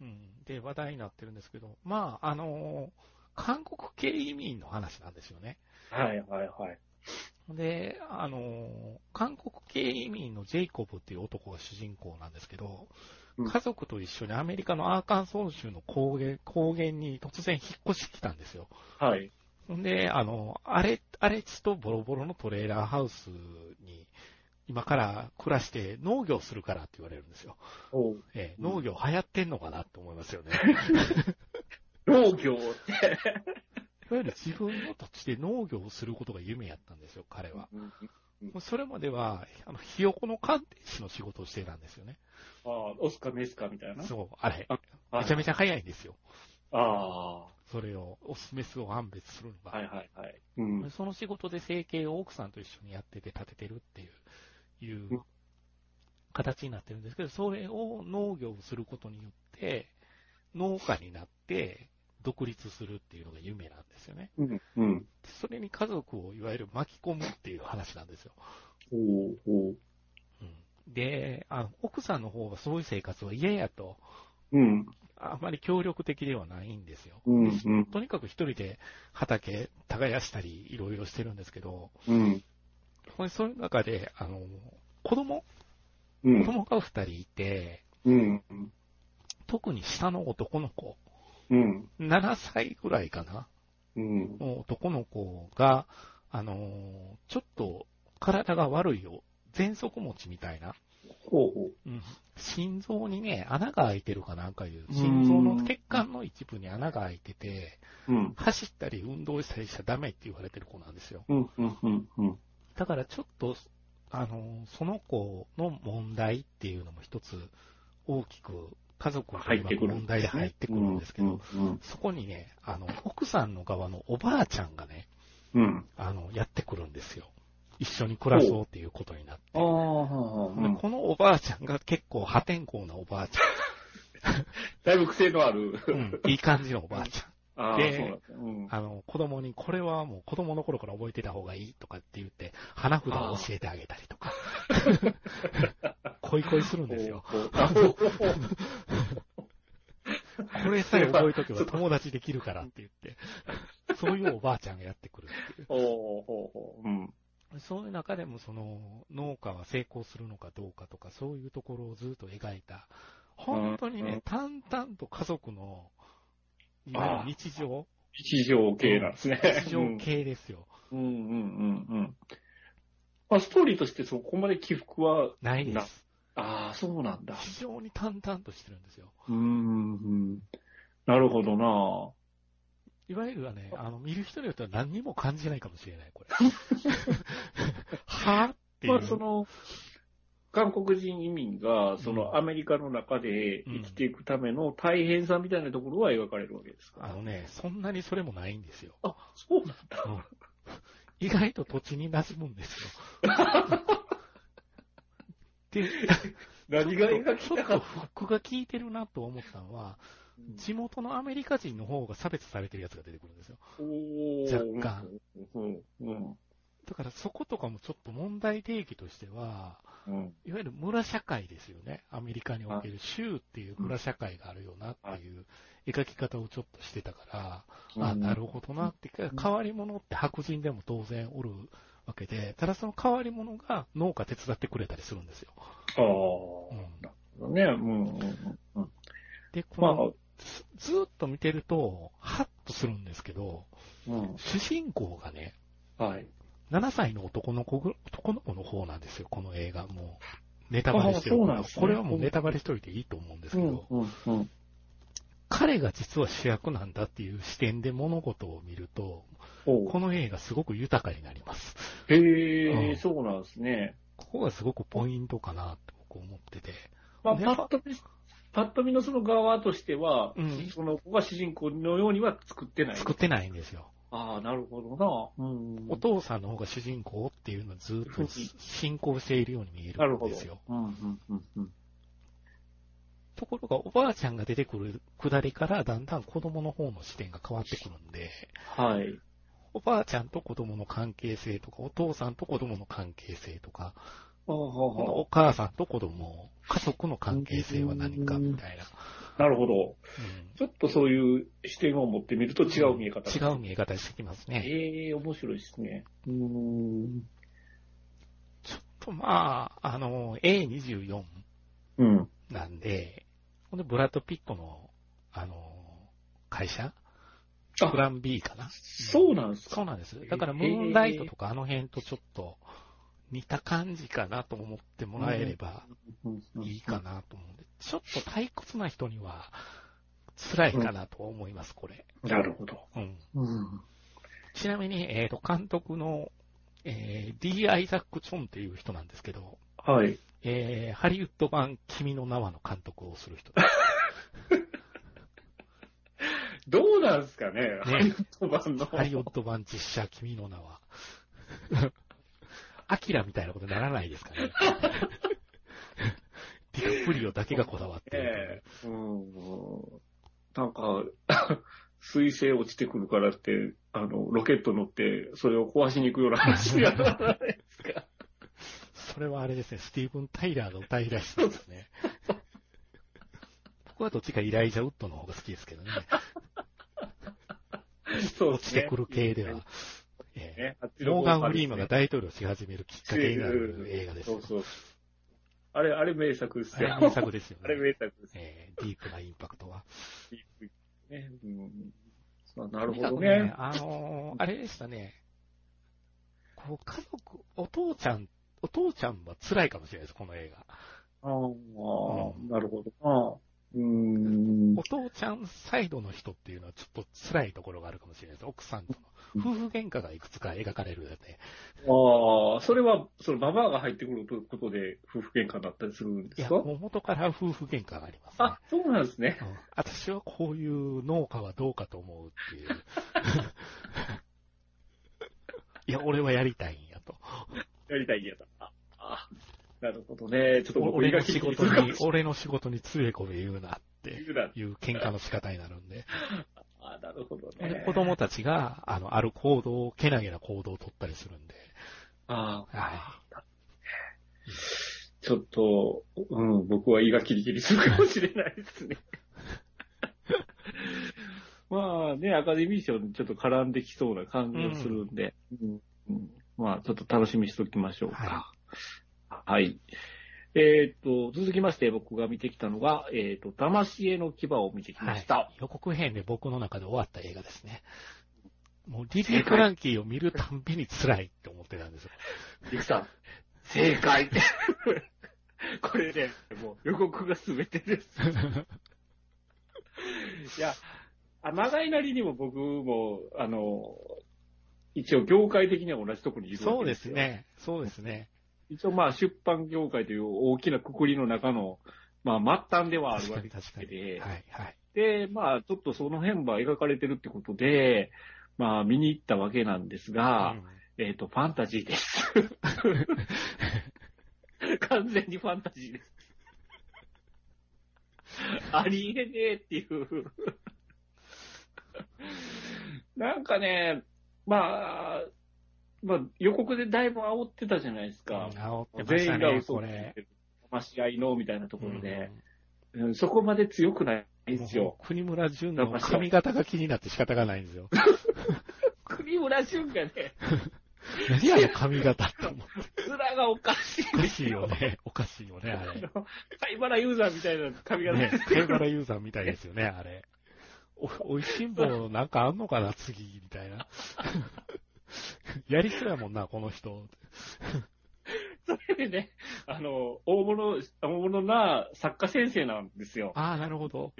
Speaker 2: うん。で、話題になってるんですけど、まあ、あのー韓国系移民の話なんですよね。
Speaker 3: はいはいはい。
Speaker 2: で、あのー韓国系移民のジェイコブっていう男が主人公なんですけど
Speaker 3: うん、
Speaker 2: 家族と一緒にアメリカのアーカンソー州の高原高原に突然引っ越してきたんですよ。
Speaker 3: はい。
Speaker 2: ほんで、あの、あれ、あれちとボロボロのトレーラーハウスに、今から暮らして農業するからって言われるんですよ。
Speaker 3: おう
Speaker 2: ええ
Speaker 3: うん
Speaker 2: 農業流行ってんのかなって思います
Speaker 3: *laughs*
Speaker 2: よね。
Speaker 3: 農業って。
Speaker 2: いわゆる自分の土地で農業をすることが夢やったんですよ、彼は。
Speaker 3: うん
Speaker 2: もうそれまでは、あの、ひよこの鑑定士の仕事をしてたんですよね。
Speaker 3: ああ、オスかメスかみたいな。
Speaker 2: そう、あれ。
Speaker 3: あ
Speaker 2: めちゃめちゃ早いんですよ。
Speaker 3: あ
Speaker 2: それを、オスメスを判別するの
Speaker 3: あ、
Speaker 2: が。
Speaker 3: はいはいはい。うん。
Speaker 2: その仕事で生計を奥さんと一緒にやってて立ててるっていう、いううん形になってるんですけど、それを農業をすることによって、農家になって独立するっていうのが夢なんですよね。
Speaker 3: うん。うん。
Speaker 2: それに家族をいわゆる巻き込むっていう話なんですよ。
Speaker 3: おう
Speaker 2: う
Speaker 3: おう
Speaker 2: ん、であの、奥さんの方がそういう生活は嫌やと、
Speaker 3: うん。
Speaker 2: あまり協力的ではないんですよ。
Speaker 3: うん。うん。
Speaker 2: とにかく一人で畑耕したりいろいろしてるんですけど、
Speaker 3: うん。
Speaker 2: これそういう中で、あの、子供、
Speaker 3: う
Speaker 2: 子
Speaker 3: ん。
Speaker 2: 供が二人いて、
Speaker 3: うん。
Speaker 2: 特に下の男の子、
Speaker 3: うん。
Speaker 2: 7歳ぐらいかな、
Speaker 3: うん。
Speaker 2: の男の子が、あの、ちょっと体が悪いよ、喘息持ちみたいな、
Speaker 3: ほうほう。
Speaker 2: 心臓にね、穴が開いてるかなんかいう、
Speaker 3: ん
Speaker 2: 心臓の血管の一部に穴が開いてて、
Speaker 3: うん。
Speaker 2: 走ったり運動したりしちゃダメって言われてる子なんですよ。
Speaker 3: うん。うん。うん。うん。
Speaker 2: だからちょっと、あの、その子の問題っていうのも一つ大きく家族の
Speaker 3: 入ってくる
Speaker 2: 問題で入ってくるんですけど、。
Speaker 3: うん。
Speaker 2: そこにね、あの、奥さんの側のおばあちゃんがね、
Speaker 3: うん。
Speaker 2: あの、やってくるんですよ。一緒に暮らそうっていうことになって。
Speaker 3: ああ、は
Speaker 2: でこのおばあちゃんが結構破天荒なおばあち
Speaker 3: だいぶ癖のある。
Speaker 2: ゃん。 *laughs* うんいい感じのおばあちゃん。
Speaker 3: ああ、そううん。
Speaker 2: あの、子供に、これはもう子供の頃から覚えてた方がいいとかって言って、花札を教えてあげたりと
Speaker 3: *laughs*
Speaker 2: か。恋恋するんですよ。これさえ覚えとけば友達できるからって言って、そういうおばあちゃんがやってくるってい
Speaker 3: おおほうほう。うん。
Speaker 2: う。そういう中でもその農家は成功するのかどうかとか、そういうところをずっと描いた、本当にね、淡々と家族の、いわゆる日常、
Speaker 3: 日常系なんですね。
Speaker 2: 日常系ですよ。
Speaker 3: うんうんうんうん。まあ、ストーリーとしてそこまで起伏は
Speaker 2: ないで
Speaker 3: な
Speaker 2: す。
Speaker 3: ああ、そうなんだ。
Speaker 2: 非常に淡々としてるんですよ。
Speaker 3: うーん。なるほどない
Speaker 2: わゆるはね、あの、見る人によっては何にも感じないかもしれない、これ。
Speaker 3: *laughs*
Speaker 2: はぁっていう。
Speaker 3: まあ、その、韓国人移民が、そのアメリカの中で生きていくための大変さみたいなところは描かれるわけですか。
Speaker 2: あのね、そんなにそれもないんですよ。
Speaker 3: あ、そうなんだ。
Speaker 2: うん意外と土地に馴染むん *laughs* ですよ。で、
Speaker 3: 何が描き
Speaker 2: ちょ
Speaker 3: た
Speaker 2: っ
Speaker 3: か
Speaker 2: と
Speaker 3: っ
Speaker 2: フックが効いてるなと思ったのは、地元のアメリカ人の方が差別されてるやつが出てくるんですよ。
Speaker 3: たお
Speaker 2: 若干。
Speaker 3: うん、うん、
Speaker 2: だからそことかもちょっと問題提起としては、
Speaker 3: うん。
Speaker 2: いわゆる村社会ですよね。アメリカにおける州っていう村社会があるよなっていう描き方をちょっとしてたから、あ、なるほどなって、変わり者って白人でも当然おるわけで、ただその変わり者が農家手伝ってくれたりするんですよ。
Speaker 3: ほ
Speaker 2: う
Speaker 3: あ
Speaker 2: ん
Speaker 3: あ、ね、うん、うん、うん。
Speaker 2: で、こ
Speaker 3: まあ、
Speaker 2: の、ずずーっと見てると、ハッとするんですけど、
Speaker 3: うん、
Speaker 2: 主人公がね、
Speaker 3: はい。
Speaker 2: 7歳の男の子ぐ、男の子の方なんですよ、この映画。もう、ネタバレしてる
Speaker 3: あそ
Speaker 2: か
Speaker 3: うなん
Speaker 2: ら
Speaker 3: ですね
Speaker 2: これはもうネタバレしといていいと思うんです
Speaker 3: う
Speaker 2: け
Speaker 3: ん、
Speaker 2: ど、
Speaker 3: うん、うん。
Speaker 2: 彼が実は主役なんだっていう視点で物事を見ると、
Speaker 3: お
Speaker 2: こ
Speaker 3: う
Speaker 2: の映画すごく豊かになります。
Speaker 3: へ
Speaker 2: う
Speaker 3: え、
Speaker 2: ん
Speaker 3: そうなんですね。
Speaker 2: ここがすごくポイントかなって僕思ってて。
Speaker 3: まあ、
Speaker 2: ね
Speaker 3: パッと見、パッと見のその側としては、
Speaker 2: うん
Speaker 3: その子が主人公のようには作ってない。
Speaker 2: 作ってないんですよ。
Speaker 3: ああ、なるほどな。うん。
Speaker 2: お父さんの方が主人公っていうのをずっと進行しているように見え
Speaker 3: な
Speaker 2: る
Speaker 3: る
Speaker 2: ん
Speaker 3: ほ
Speaker 2: で
Speaker 3: ど
Speaker 2: すよ。。
Speaker 3: うん、うん、うん、うん。
Speaker 2: ところがおばあちゃんが出てくるくだりからだんだん子供の方の視点が変わってくるんで、
Speaker 3: はい。
Speaker 2: おばあちゃんと子供の関係性とか、お父さんと子供の関係性とか、
Speaker 3: ああ、
Speaker 2: このお母さんと子供、家族の関係性は何かみたいな。
Speaker 3: なるほ
Speaker 2: う
Speaker 3: ど。
Speaker 2: ん
Speaker 3: ちょっとそういう視点を持ってみると違う見え方。
Speaker 2: 違う見え方してきますね。
Speaker 3: ええ面白いですね。うーん。
Speaker 2: ちょっとまあ、あの、A24
Speaker 3: うん。
Speaker 2: なんで、ほんで、ブラッド・ピットの、あの、会社プ
Speaker 3: あ、
Speaker 2: ラン B かな
Speaker 3: そうなんです
Speaker 2: そう
Speaker 3: か。
Speaker 2: なんです。だから、ムーンライトとかあの辺とちょっと似た感じかなと思ってもらえればいいかなと思うんで、ちょっと退屈な人には辛いかなと思います、これ。
Speaker 3: な。なるほど。
Speaker 2: うん、
Speaker 3: うん。
Speaker 2: ちなみに、えっ、と、監督の、えー、D ・アイザック・チョンっていう人なんですけど、
Speaker 3: はい。
Speaker 2: えー、ハリウッド版君の名はの監督をする人です。
Speaker 3: どうなんですかね、ハリウッド版の。
Speaker 2: ハリウッド版実写君の名
Speaker 3: *laughs*
Speaker 2: は。アキラみたいなことにならないですか
Speaker 3: *laughs*
Speaker 2: ね。ディカプリオだけがこだわって
Speaker 3: え
Speaker 2: る
Speaker 3: えうん。なんか、 *laughs* 水星落ちてくるからって、あの、ロケット乗って、それを壊しに行くような話
Speaker 2: *laughs*
Speaker 3: にはならないです
Speaker 2: と
Speaker 3: か。
Speaker 2: いう。それはあれですね、スティーブン・タイラーが歌い出したんです
Speaker 3: *laughs*
Speaker 2: ね。僕はどっちかイライジャ・ウッドの方が好きですけどね。
Speaker 3: そう
Speaker 2: 落ちてくる系では。ええ
Speaker 3: ね。あっちの
Speaker 2: モ
Speaker 3: 方
Speaker 2: ーガン・フリーマンが大統領し始めるきっかけになる映画です
Speaker 3: そ
Speaker 2: よ
Speaker 3: う。そう。あれ、あれ名作です
Speaker 2: あれ
Speaker 3: よ。
Speaker 2: 名作ですよ
Speaker 3: *laughs* あれ
Speaker 2: ね。
Speaker 3: 名作です
Speaker 2: ええディープなインパクトは。
Speaker 3: ね。うん。まあなるほ
Speaker 2: とにか
Speaker 3: ど
Speaker 2: く
Speaker 3: ね。
Speaker 2: あのーあれでしたね。こう、家族、お父ちゃん、お父ちゃんは辛いかもしれないです、この映画。
Speaker 3: ああ、なるほどな。うん
Speaker 2: お。父ちゃんサイドの人っていうのはちょっと辛いところがあるかもしれないです。奥さんと
Speaker 3: うん
Speaker 2: の。夫婦喧嘩がいくつか描かれるよね。
Speaker 3: ああ、それは、そのババアが入ってくることで夫婦喧嘩だったりするんで
Speaker 2: い
Speaker 3: す
Speaker 2: や、
Speaker 3: か
Speaker 2: もう元から夫婦喧嘩がありますね。
Speaker 3: あ、そうなんですね
Speaker 2: う。ん私はこういう農家はどうかと思うって
Speaker 3: *laughs*
Speaker 2: いう。いや、俺はやりたいんやと。
Speaker 3: やりたいやだ。ああ、なるほどね。ちょっと僕
Speaker 2: 俺の仕事
Speaker 3: 苦手
Speaker 2: に、俺の仕事につべこべ言うなって
Speaker 3: 言うな
Speaker 2: いう喧嘩の仕方になるんで。
Speaker 3: あなるほど
Speaker 2: で
Speaker 3: ね。
Speaker 2: 子供たちが、あの、ある行動を、けなげな行動を取ったりするんで。
Speaker 3: ああ、
Speaker 2: は
Speaker 3: ちょっと、うん、僕は胃がキリキリするかもしれないです
Speaker 2: *laughs*
Speaker 3: ね。まあね、アカデミー賞にちょっと絡んできそうな感じがするんで、うんうんまあちょっと楽しみにしておきましょうか。はい。えーっと、続きまして僕が見てきたのが、えーっと、魂への牙を見てき
Speaker 2: い。
Speaker 3: ま
Speaker 2: は
Speaker 3: し
Speaker 2: い
Speaker 3: た。。
Speaker 2: 予告編で僕の中で終わった映画ですね。もうリリー・クランキーを見る
Speaker 3: *laughs*
Speaker 2: たんびに辛いって思ってたんですよ。
Speaker 3: リクさん、正解。これね、もう予告が全てです。いや、あ長いなりにも僕も、あの、一応業界的には同じところにいるわけ
Speaker 2: そうです
Speaker 3: よ。
Speaker 2: ね。そうですね。
Speaker 3: 一応まあ出版業界という大きなくくりの中の、まあ末端ではある
Speaker 2: 確か
Speaker 3: わけ
Speaker 2: に確かに。
Speaker 3: で
Speaker 2: はいはい。
Speaker 3: で、まあちょっとその辺は描かれてるってことで、まあ見に行ったわけなんですが、えっ、と、ファンタジーです。
Speaker 2: *laughs*
Speaker 3: 完全にファンタジー
Speaker 2: *laughs*
Speaker 3: です。ありえねえっていう。なんかね、まあ、まあ予告でだいぶ煽ってたじゃないです
Speaker 2: うん、
Speaker 3: か。
Speaker 2: 煽ってまし
Speaker 3: 全
Speaker 2: た
Speaker 3: 員が
Speaker 2: ね、
Speaker 3: 嘘
Speaker 2: こ
Speaker 3: をついて
Speaker 2: れ。
Speaker 3: る。騙し合いのみたいなところで、
Speaker 2: う
Speaker 3: うんそこまで強くないん
Speaker 2: ん
Speaker 3: ですよ。
Speaker 2: もう国村淳の髪型が気になって仕方がないんです
Speaker 3: *laughs*
Speaker 2: よ。
Speaker 3: 国村俊がね、
Speaker 2: 何あの髪型って思う
Speaker 3: 面がおかしい
Speaker 2: お
Speaker 3: ん
Speaker 2: か
Speaker 3: です
Speaker 2: しい
Speaker 3: よ
Speaker 2: よ。ね。おかしいよね、あれ。
Speaker 3: 貝原ユーザーみたいな髪型
Speaker 2: ね、貝原ユーザーみたいですよね、あれ。お、おいしんぼなんかあんのかな、次、みたいな。やりそうやもんな、この人。
Speaker 3: *laughs* それでね、あの、大物、大物な作家先生なんですよ。
Speaker 2: ああ、なるほど。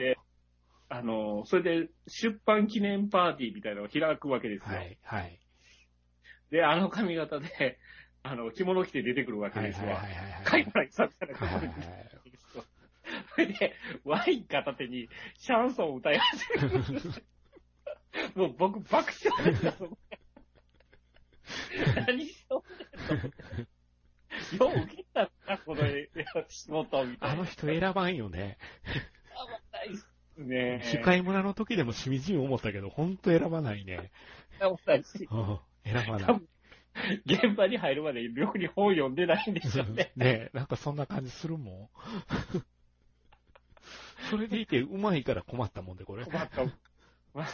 Speaker 3: あの、それで出版記念パーティーみたいなのを開くわけですよ。
Speaker 2: はい、はい。
Speaker 3: で、あの髪型で、あの、着物着て出てくるわけ
Speaker 2: はい、はい、
Speaker 3: です
Speaker 2: はい、
Speaker 3: わ。
Speaker 2: は
Speaker 3: 海
Speaker 2: い。
Speaker 3: 外作家の
Speaker 2: はい
Speaker 3: 顔
Speaker 2: はい
Speaker 3: に出て
Speaker 2: はい
Speaker 3: くるわけですよ。それで、ワイン片手にシャンソンを歌い始めるんですよ。もう僕爆笑ですよ、そこで *laughs* 何しとんねんと思って。よう受けたな、この仕事みた
Speaker 2: あ
Speaker 3: いな
Speaker 2: の。人選ばんよね。
Speaker 3: ないっすね。
Speaker 2: 司会村の時でもしみじみ思ったけど、ほんと選ばないね。うん選ばない。
Speaker 3: 現場に入るまでよくに本読んでないんでしょうね。
Speaker 2: *laughs* ねなんかそんな感じするもん。それでいて、うまいから困ったもんで、これ。
Speaker 3: 困った。まあ、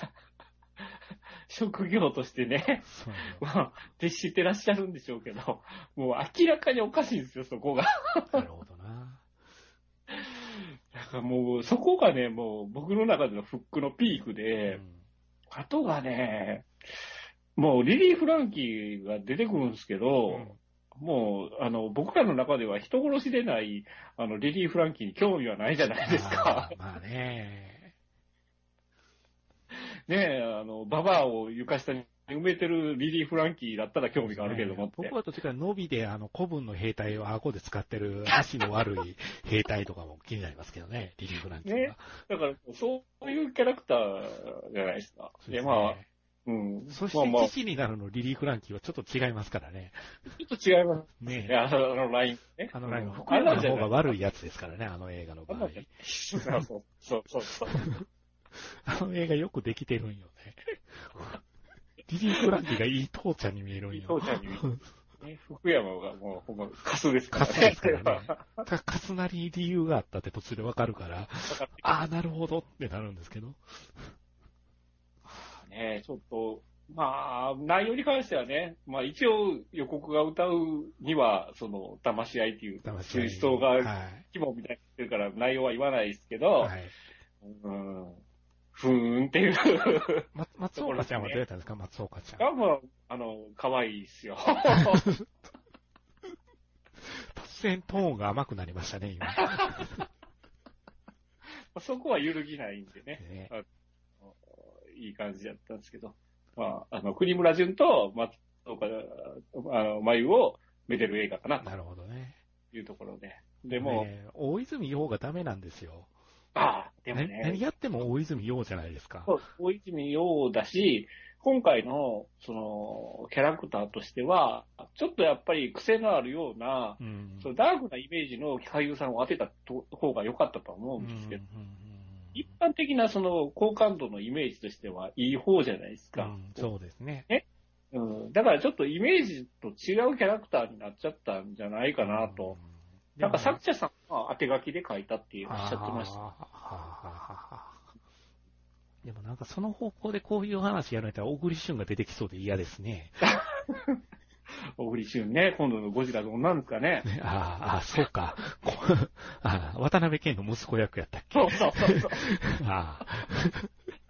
Speaker 3: 職業としてね、
Speaker 2: そう
Speaker 3: まあ、徹してらっしゃるんでしょうけど、もう明らかにおかしいんですよ、そこが。
Speaker 2: なるほどな。
Speaker 3: だからもう、そこがね、もう僕の中でのフックのピーク
Speaker 2: う
Speaker 3: で、
Speaker 2: ん
Speaker 3: あとがね、もうリリー・フランキーが出てくるんですけど、もう、あの、僕らの中では人殺しでない、あの、リリー・フランキーに興味はないじゃないですか。
Speaker 2: あーまあね。
Speaker 3: *laughs* ねえ、あの、ババアを床下に埋めてるリリー・フランキーだったら興味があるけどもって。
Speaker 2: 僕はどっちか伸びで、あの、古文の兵隊を顎で使ってる足の悪い兵隊とかも気になりますけどね、リリー・フランキーは。
Speaker 3: ねだから、そういうキャラクターじゃないですか。
Speaker 2: そう
Speaker 3: で、
Speaker 2: ですね
Speaker 3: まあ、うん。
Speaker 2: そし
Speaker 3: まあまあ、
Speaker 2: て、
Speaker 3: ち
Speaker 2: 父になるのリリー・フランキーはちょっと違いますからね。
Speaker 3: ょっと違います
Speaker 2: ね
Speaker 3: ね。あの、あのラインね。
Speaker 2: あのライン、福
Speaker 3: あれ
Speaker 2: 岡
Speaker 3: な
Speaker 2: の
Speaker 3: んじゃ
Speaker 2: 方が
Speaker 3: ない
Speaker 2: 悪いやつですからね、あの映画の
Speaker 3: あ
Speaker 2: 場
Speaker 3: ん
Speaker 2: 合
Speaker 3: なん。じ
Speaker 2: *laughs*
Speaker 3: ゃないそうそうそうそう。
Speaker 2: あの映画よくできてるんよね。 *laughs* リリー・フランキーがいい父ちゃんに見えるん
Speaker 3: 父
Speaker 2: よ。
Speaker 3: ちゃんに、ね、福山がもう、ほんま、カスですから
Speaker 2: カ
Speaker 3: ね。
Speaker 2: スですからね。だからカスなりに理由があったって途中でわかるから、ああ、なるほどってなるんですけど。
Speaker 3: ね、ちょっと、まあ、内容に関してはね、まあ一応予告が歌うには、その、騙し合いっていう、
Speaker 2: 騙し合
Speaker 3: ツ
Speaker 2: い
Speaker 3: イスト
Speaker 2: は
Speaker 3: が
Speaker 2: い。
Speaker 3: 規模みたいになってるから内容は言わないですけど、
Speaker 2: はい。
Speaker 3: うん、ふーんっていう。
Speaker 2: ま、松岡ちゃんはどうやったんですか松岡ちゃん。
Speaker 3: が、まあ、あの、可愛いで
Speaker 2: *laughs*
Speaker 3: すよ。
Speaker 2: 突然トーンが甘くなりましたね、今。
Speaker 3: そこは揺るぎないんでね、
Speaker 2: ね
Speaker 3: いい感じだったんですけど、まあ、あの、国村淳と松岡、あの、眉をめでる映画かな、
Speaker 2: なるほどね。
Speaker 3: というところで。でも、
Speaker 2: ね大泉洋がダメなんですよ。
Speaker 3: ああ、でも
Speaker 2: な何
Speaker 3: ね、
Speaker 2: やっても大泉洋じゃないですか。
Speaker 3: そう大泉洋だし、今回の、その、キャラクターとしては、ちょっとやっぱり癖のあるような、
Speaker 2: うん
Speaker 3: そうダークなイメージの俳優さんを当てたと方が良かったと思うんですけど、
Speaker 2: うんうんうん
Speaker 3: 一般的なその好感度のイメージとしてはいい方じゃないです
Speaker 2: う
Speaker 3: か。
Speaker 2: ん、そうですね。
Speaker 3: うんだからちょっとイメージと違うキャラクターになっちゃったんじゃないかなと。
Speaker 2: うん。
Speaker 3: なんか
Speaker 2: でも
Speaker 3: 作者さんは当て書きで書いたっておっしゃってました。
Speaker 2: あーはあはあはあでもなんかその方向でこういう話やられたら、小栗旬が出てきそうで嫌ですね。
Speaker 3: 小栗旬ね、今度のゴジラどんなんですかね。
Speaker 2: ね *laughs* あーあー、そうか。こあー渡辺謙の息子役やったっけ
Speaker 3: そうそうそうそう。
Speaker 2: あ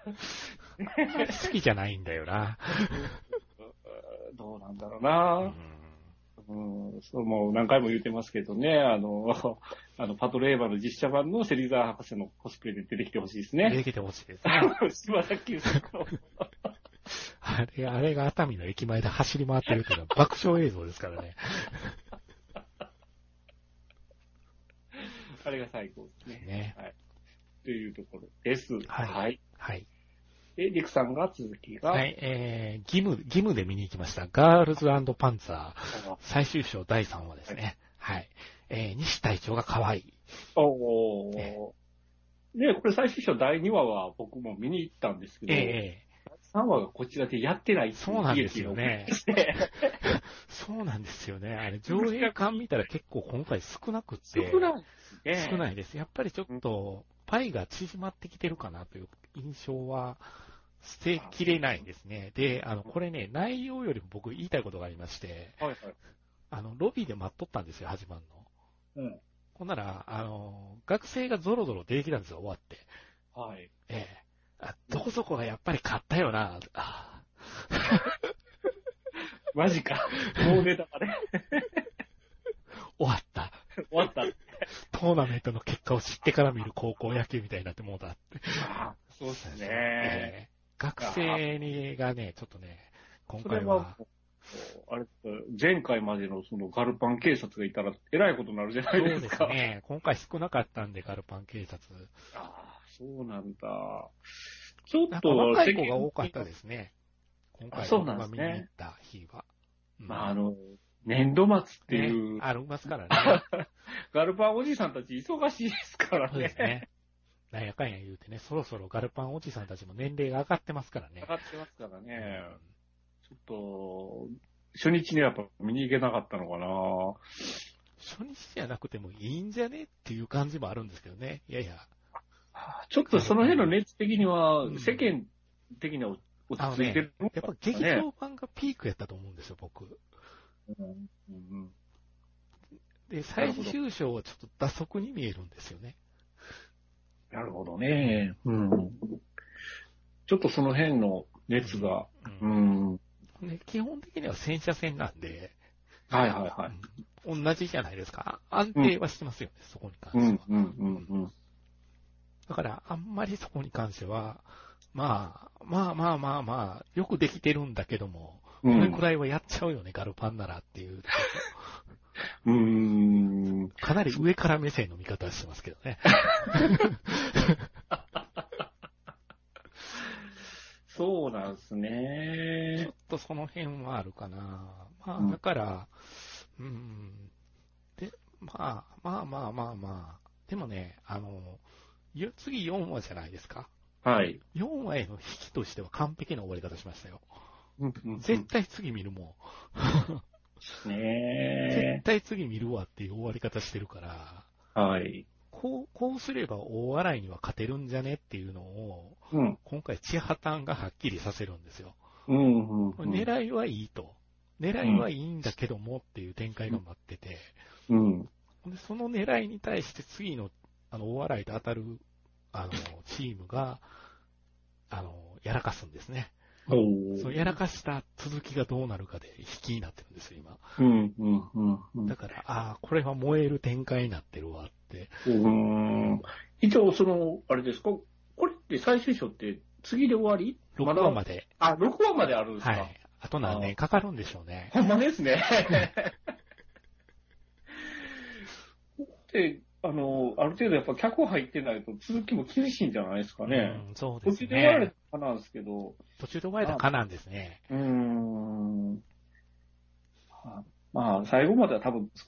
Speaker 2: *laughs* ー好きじゃないんだよな。
Speaker 3: どうなんだろう
Speaker 2: う、
Speaker 3: なんうん、そうもう何回も言ってますけどね、あの、 *laughs* あのパトレーバーの実写版の芹沢博士のコスプレで出てきてほしいです
Speaker 2: 出
Speaker 3: ね。
Speaker 2: てきてほしいです。
Speaker 3: しばらく言うと
Speaker 2: あれ、あれが熱海の駅前で走り回ってるっていうのは *laughs* 爆笑映像ですからね。
Speaker 3: あれが最高ですね。
Speaker 2: ね。
Speaker 3: はい。というところです。
Speaker 2: はいはい。
Speaker 3: で、リクさんが続きが、
Speaker 2: はい、えー、義務、義務で見に行きました。ガールズパンツァー最終章第3話ですね。はい。えー、西隊長が可愛い。
Speaker 3: おー
Speaker 2: え
Speaker 3: で、これ最終章第2話は僕も見に行ったんですけど、
Speaker 2: え
Speaker 3: 3話がこちらでやってない
Speaker 2: えそうなんですよ。ね。そうなんですよね。あれ、上映館見たら結構今回少なく
Speaker 3: 少
Speaker 2: て。
Speaker 3: ないですね。
Speaker 2: 少
Speaker 3: い。
Speaker 2: ないです。やっぱりちょっと、パイが縮まってきてるかなという印象は、捨てきれないですね。で、あの、これね、内容よりも僕言いたいことがありまして、
Speaker 3: はいはい。
Speaker 2: あの、ロビーで待っとったんですよ、始まんの。
Speaker 3: うん。
Speaker 2: ほんなら、あの、学生がゾロゾロ出てきたんですよ、終わって。
Speaker 3: はい。
Speaker 2: ええ。あ、どこそこがやっぱり買ったよな。あ
Speaker 3: マジ *laughs* か。もうネタまで
Speaker 2: 終わった。
Speaker 3: 終わった。
Speaker 2: トーナメントの結果を知ってから見る高校野球みたいになってもうた。
Speaker 3: あーそうですね。
Speaker 2: ええ。学生にがね、ちょっとね、今
Speaker 3: それ
Speaker 2: 回
Speaker 3: は
Speaker 2: は、、
Speaker 3: あれ、前回までのそのガルパン警察がいたら、えらいことになるじゃな
Speaker 2: そ
Speaker 3: いうで
Speaker 2: ですす
Speaker 3: か。
Speaker 2: ね。今回少なかったんで、ガルパン警察。
Speaker 3: ああ、そうなんだ。ちょ
Speaker 2: な
Speaker 3: っ
Speaker 2: んか
Speaker 3: と、
Speaker 2: 若い子が多かったですね。今
Speaker 3: あ
Speaker 2: 回、
Speaker 3: そうなんです
Speaker 2: 僕
Speaker 3: ね
Speaker 2: が見に行った日は。うん
Speaker 3: まあ、あの、年度末っていう、
Speaker 2: ねありますからね。
Speaker 3: *laughs* ガルパンおじさんたち忙しいですから
Speaker 2: そうです
Speaker 3: ね。
Speaker 2: ね。なんやかんや言うてね、そろそろガルパンおじさんたちも年齢が上がってますからね
Speaker 3: 上。がってますからね。
Speaker 2: うん
Speaker 3: ちょっと、初日にはやっぱ見に行けなかったのかな。
Speaker 2: 初日じゃなくてもいいんじゃねっていう感じもあるんですけどね。いやいや。
Speaker 3: ちょっとその辺の熱的には
Speaker 2: うん、
Speaker 3: 世間的には落ち着いてるの
Speaker 2: やっ
Speaker 3: か
Speaker 2: ぱ
Speaker 3: ね
Speaker 2: 劇場版がピークやったと思うんですよ、僕。
Speaker 3: うんうん
Speaker 2: で、最終章はちょっと打足に見えるんですよね。
Speaker 3: なるほどね。うん。ちょっとその辺の熱が、
Speaker 2: う
Speaker 3: うんん。はい
Speaker 2: で基本的には戦車戦なんで、
Speaker 3: はいは
Speaker 2: うん同じじゃないですか。安定はしてますよね、そこに関
Speaker 3: い。う
Speaker 2: しては
Speaker 3: ん、。うん、うん、うん。
Speaker 2: だから、あんまりそこに関しては、まあ、まあまあまあまあ、よくできてるんだけども、
Speaker 3: う
Speaker 2: これく
Speaker 3: ん
Speaker 2: らいはやっちゃうよね、ガルパンならっていう、
Speaker 3: うん。
Speaker 2: かなり上から目線の見方をしてますけどね。
Speaker 3: そうなんですね。
Speaker 2: ちょっとその辺はあるかな。まあ、
Speaker 3: うん
Speaker 2: だから、うん、で、まあ、まあまあまあまあ、でもね、あの、よ次4話じゃないですか。
Speaker 3: はい。
Speaker 2: 4話への引きとしては完璧な終わり方しましたよ。絶
Speaker 3: 全
Speaker 2: 対次見るもん。絶
Speaker 3: ね
Speaker 2: 対次見るわっていう終わり方してるから、
Speaker 3: はい。
Speaker 2: こう、こうすれば大笑いには勝てるんじゃねっていうのを、
Speaker 3: うん。
Speaker 2: 今回、千波ンがはっきりさせるんですよ。
Speaker 3: うん。うん。
Speaker 2: 狙いはいいと。狙いはいいんだけどもっていう展開が待ってて、
Speaker 3: うん。
Speaker 2: でその狙いに対して次の、あの、大笑いと当たる、あの、チームが、あの、やらかすんですね。
Speaker 3: おー
Speaker 2: そう、やらかした続きがどうなるかで引きになってるんですよ、今。
Speaker 3: うん。うん。うんうん
Speaker 2: だから、ああ、これは燃える展開になってるわって。
Speaker 3: うん。一応、その、あれですか、これって最終章って次で終わり
Speaker 2: 6話まで。
Speaker 3: あ、6話まであるんですか、
Speaker 2: はい。あと何年かかるんでしょうね。
Speaker 3: ほんまですね。で、あの、ある程度やっぱ客入ってないと続きも厳しいんじゃないですかね。
Speaker 2: うん、そう
Speaker 3: 途
Speaker 2: です
Speaker 3: 中で終われ
Speaker 2: ね
Speaker 3: た。かなんですけど、
Speaker 2: 途中で終われたかなんですね。
Speaker 3: うーん。あまあ、最後までは多分作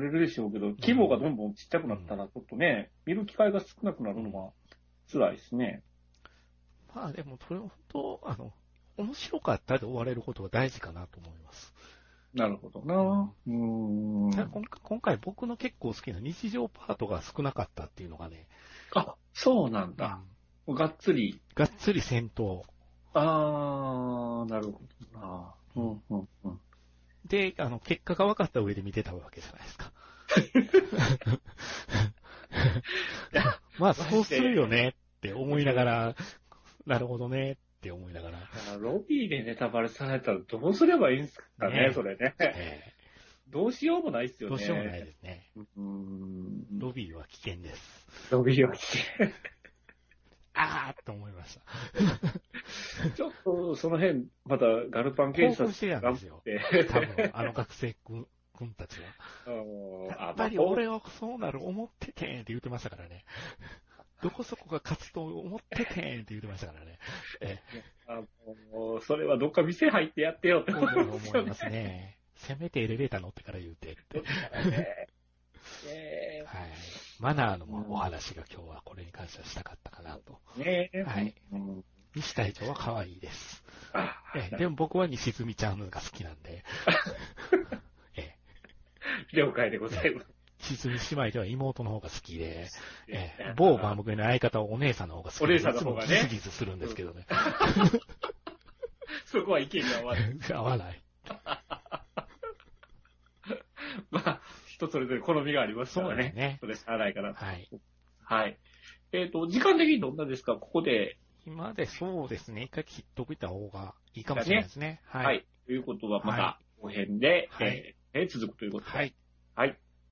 Speaker 3: れるでしょうけど、規模がどんどんちっちゃくなったら、ちょっとね、見る機会が少なくなるのが辛いですね。
Speaker 2: まあでも、それも本当、あの、面白かったで終われることが大事かなと思います。
Speaker 3: なるほどな。うーん。
Speaker 2: ただ今回今回僕の結構好きな日常パートが少なかったっていうのがね、
Speaker 3: あ、そうなんだ。がっつり
Speaker 2: がっつり戦闘。
Speaker 3: あー、なるほどな。うん、うん、うん。
Speaker 2: で、あの、結果が分かった上で見てたわけじゃない *laughs* ですか。まあ、そうするよねって思いながら、なるほどねって思いながら。
Speaker 3: ロビーでネタバレされたらどうすればいいんですかね、
Speaker 2: ね
Speaker 3: それね。
Speaker 2: ええ
Speaker 3: どうしようもないですよね。
Speaker 2: どうしようもないですね。
Speaker 3: うーん。
Speaker 2: ロビーは危険です。
Speaker 3: 伸びようって。
Speaker 2: あーと思いました。
Speaker 3: *laughs* ちょっと、その辺、また、ガルパン
Speaker 2: 興
Speaker 3: 検
Speaker 2: 奮
Speaker 3: 察
Speaker 2: してたんですよ。
Speaker 3: で、
Speaker 2: 多分、あの学生くんくんたちは。
Speaker 3: *laughs* あの
Speaker 2: やっぱり俺はそうなる思っててんって言ってましたから
Speaker 3: *laughs*
Speaker 2: ね。どこそこが勝つと思っててんって言ってましたからね。え
Speaker 3: あのそれはどっか店入ってやってよって
Speaker 2: え、
Speaker 3: 思います
Speaker 2: 思
Speaker 3: よ
Speaker 2: い
Speaker 3: *laughs* ね。
Speaker 2: ますね。せめてエレベーター乗ってから言うてって。
Speaker 3: ね
Speaker 2: はい。マナーのお話が今日はこれに関してはしたかったかなと。
Speaker 3: えねえ
Speaker 2: はい。
Speaker 3: うん
Speaker 2: 西隊長は可愛いです。
Speaker 3: あ
Speaker 2: え
Speaker 3: *laughs*
Speaker 2: え、でも僕は西住ちゃんが好きなんで。ええ、
Speaker 3: 了解でございます。
Speaker 2: 西住姉妹では妹の方が好きで。
Speaker 3: *laughs*
Speaker 2: ええ、
Speaker 3: ボ
Speaker 2: 某番組の相方はお姉さんの方が好き
Speaker 3: お姉さんの方がね
Speaker 2: いつもギスギスするんですけどね。
Speaker 3: そこは意見が合わない。 *laughs*
Speaker 2: *laughs* 合わない。
Speaker 3: まあ、人それぞれ好みがありますか
Speaker 2: そう
Speaker 3: ら
Speaker 2: です
Speaker 3: ね。
Speaker 2: ね。
Speaker 3: それしゃあないから。
Speaker 2: はい。
Speaker 3: はい。えっ、と、時間的にどんなですかここで。
Speaker 2: 今までそうですね。一回切っといた方がいいかもしれないですね。
Speaker 3: はい。
Speaker 2: はい。
Speaker 3: ということは、ま
Speaker 2: は
Speaker 3: た後編で、
Speaker 2: はい
Speaker 3: えーえー続くということで。
Speaker 2: はい。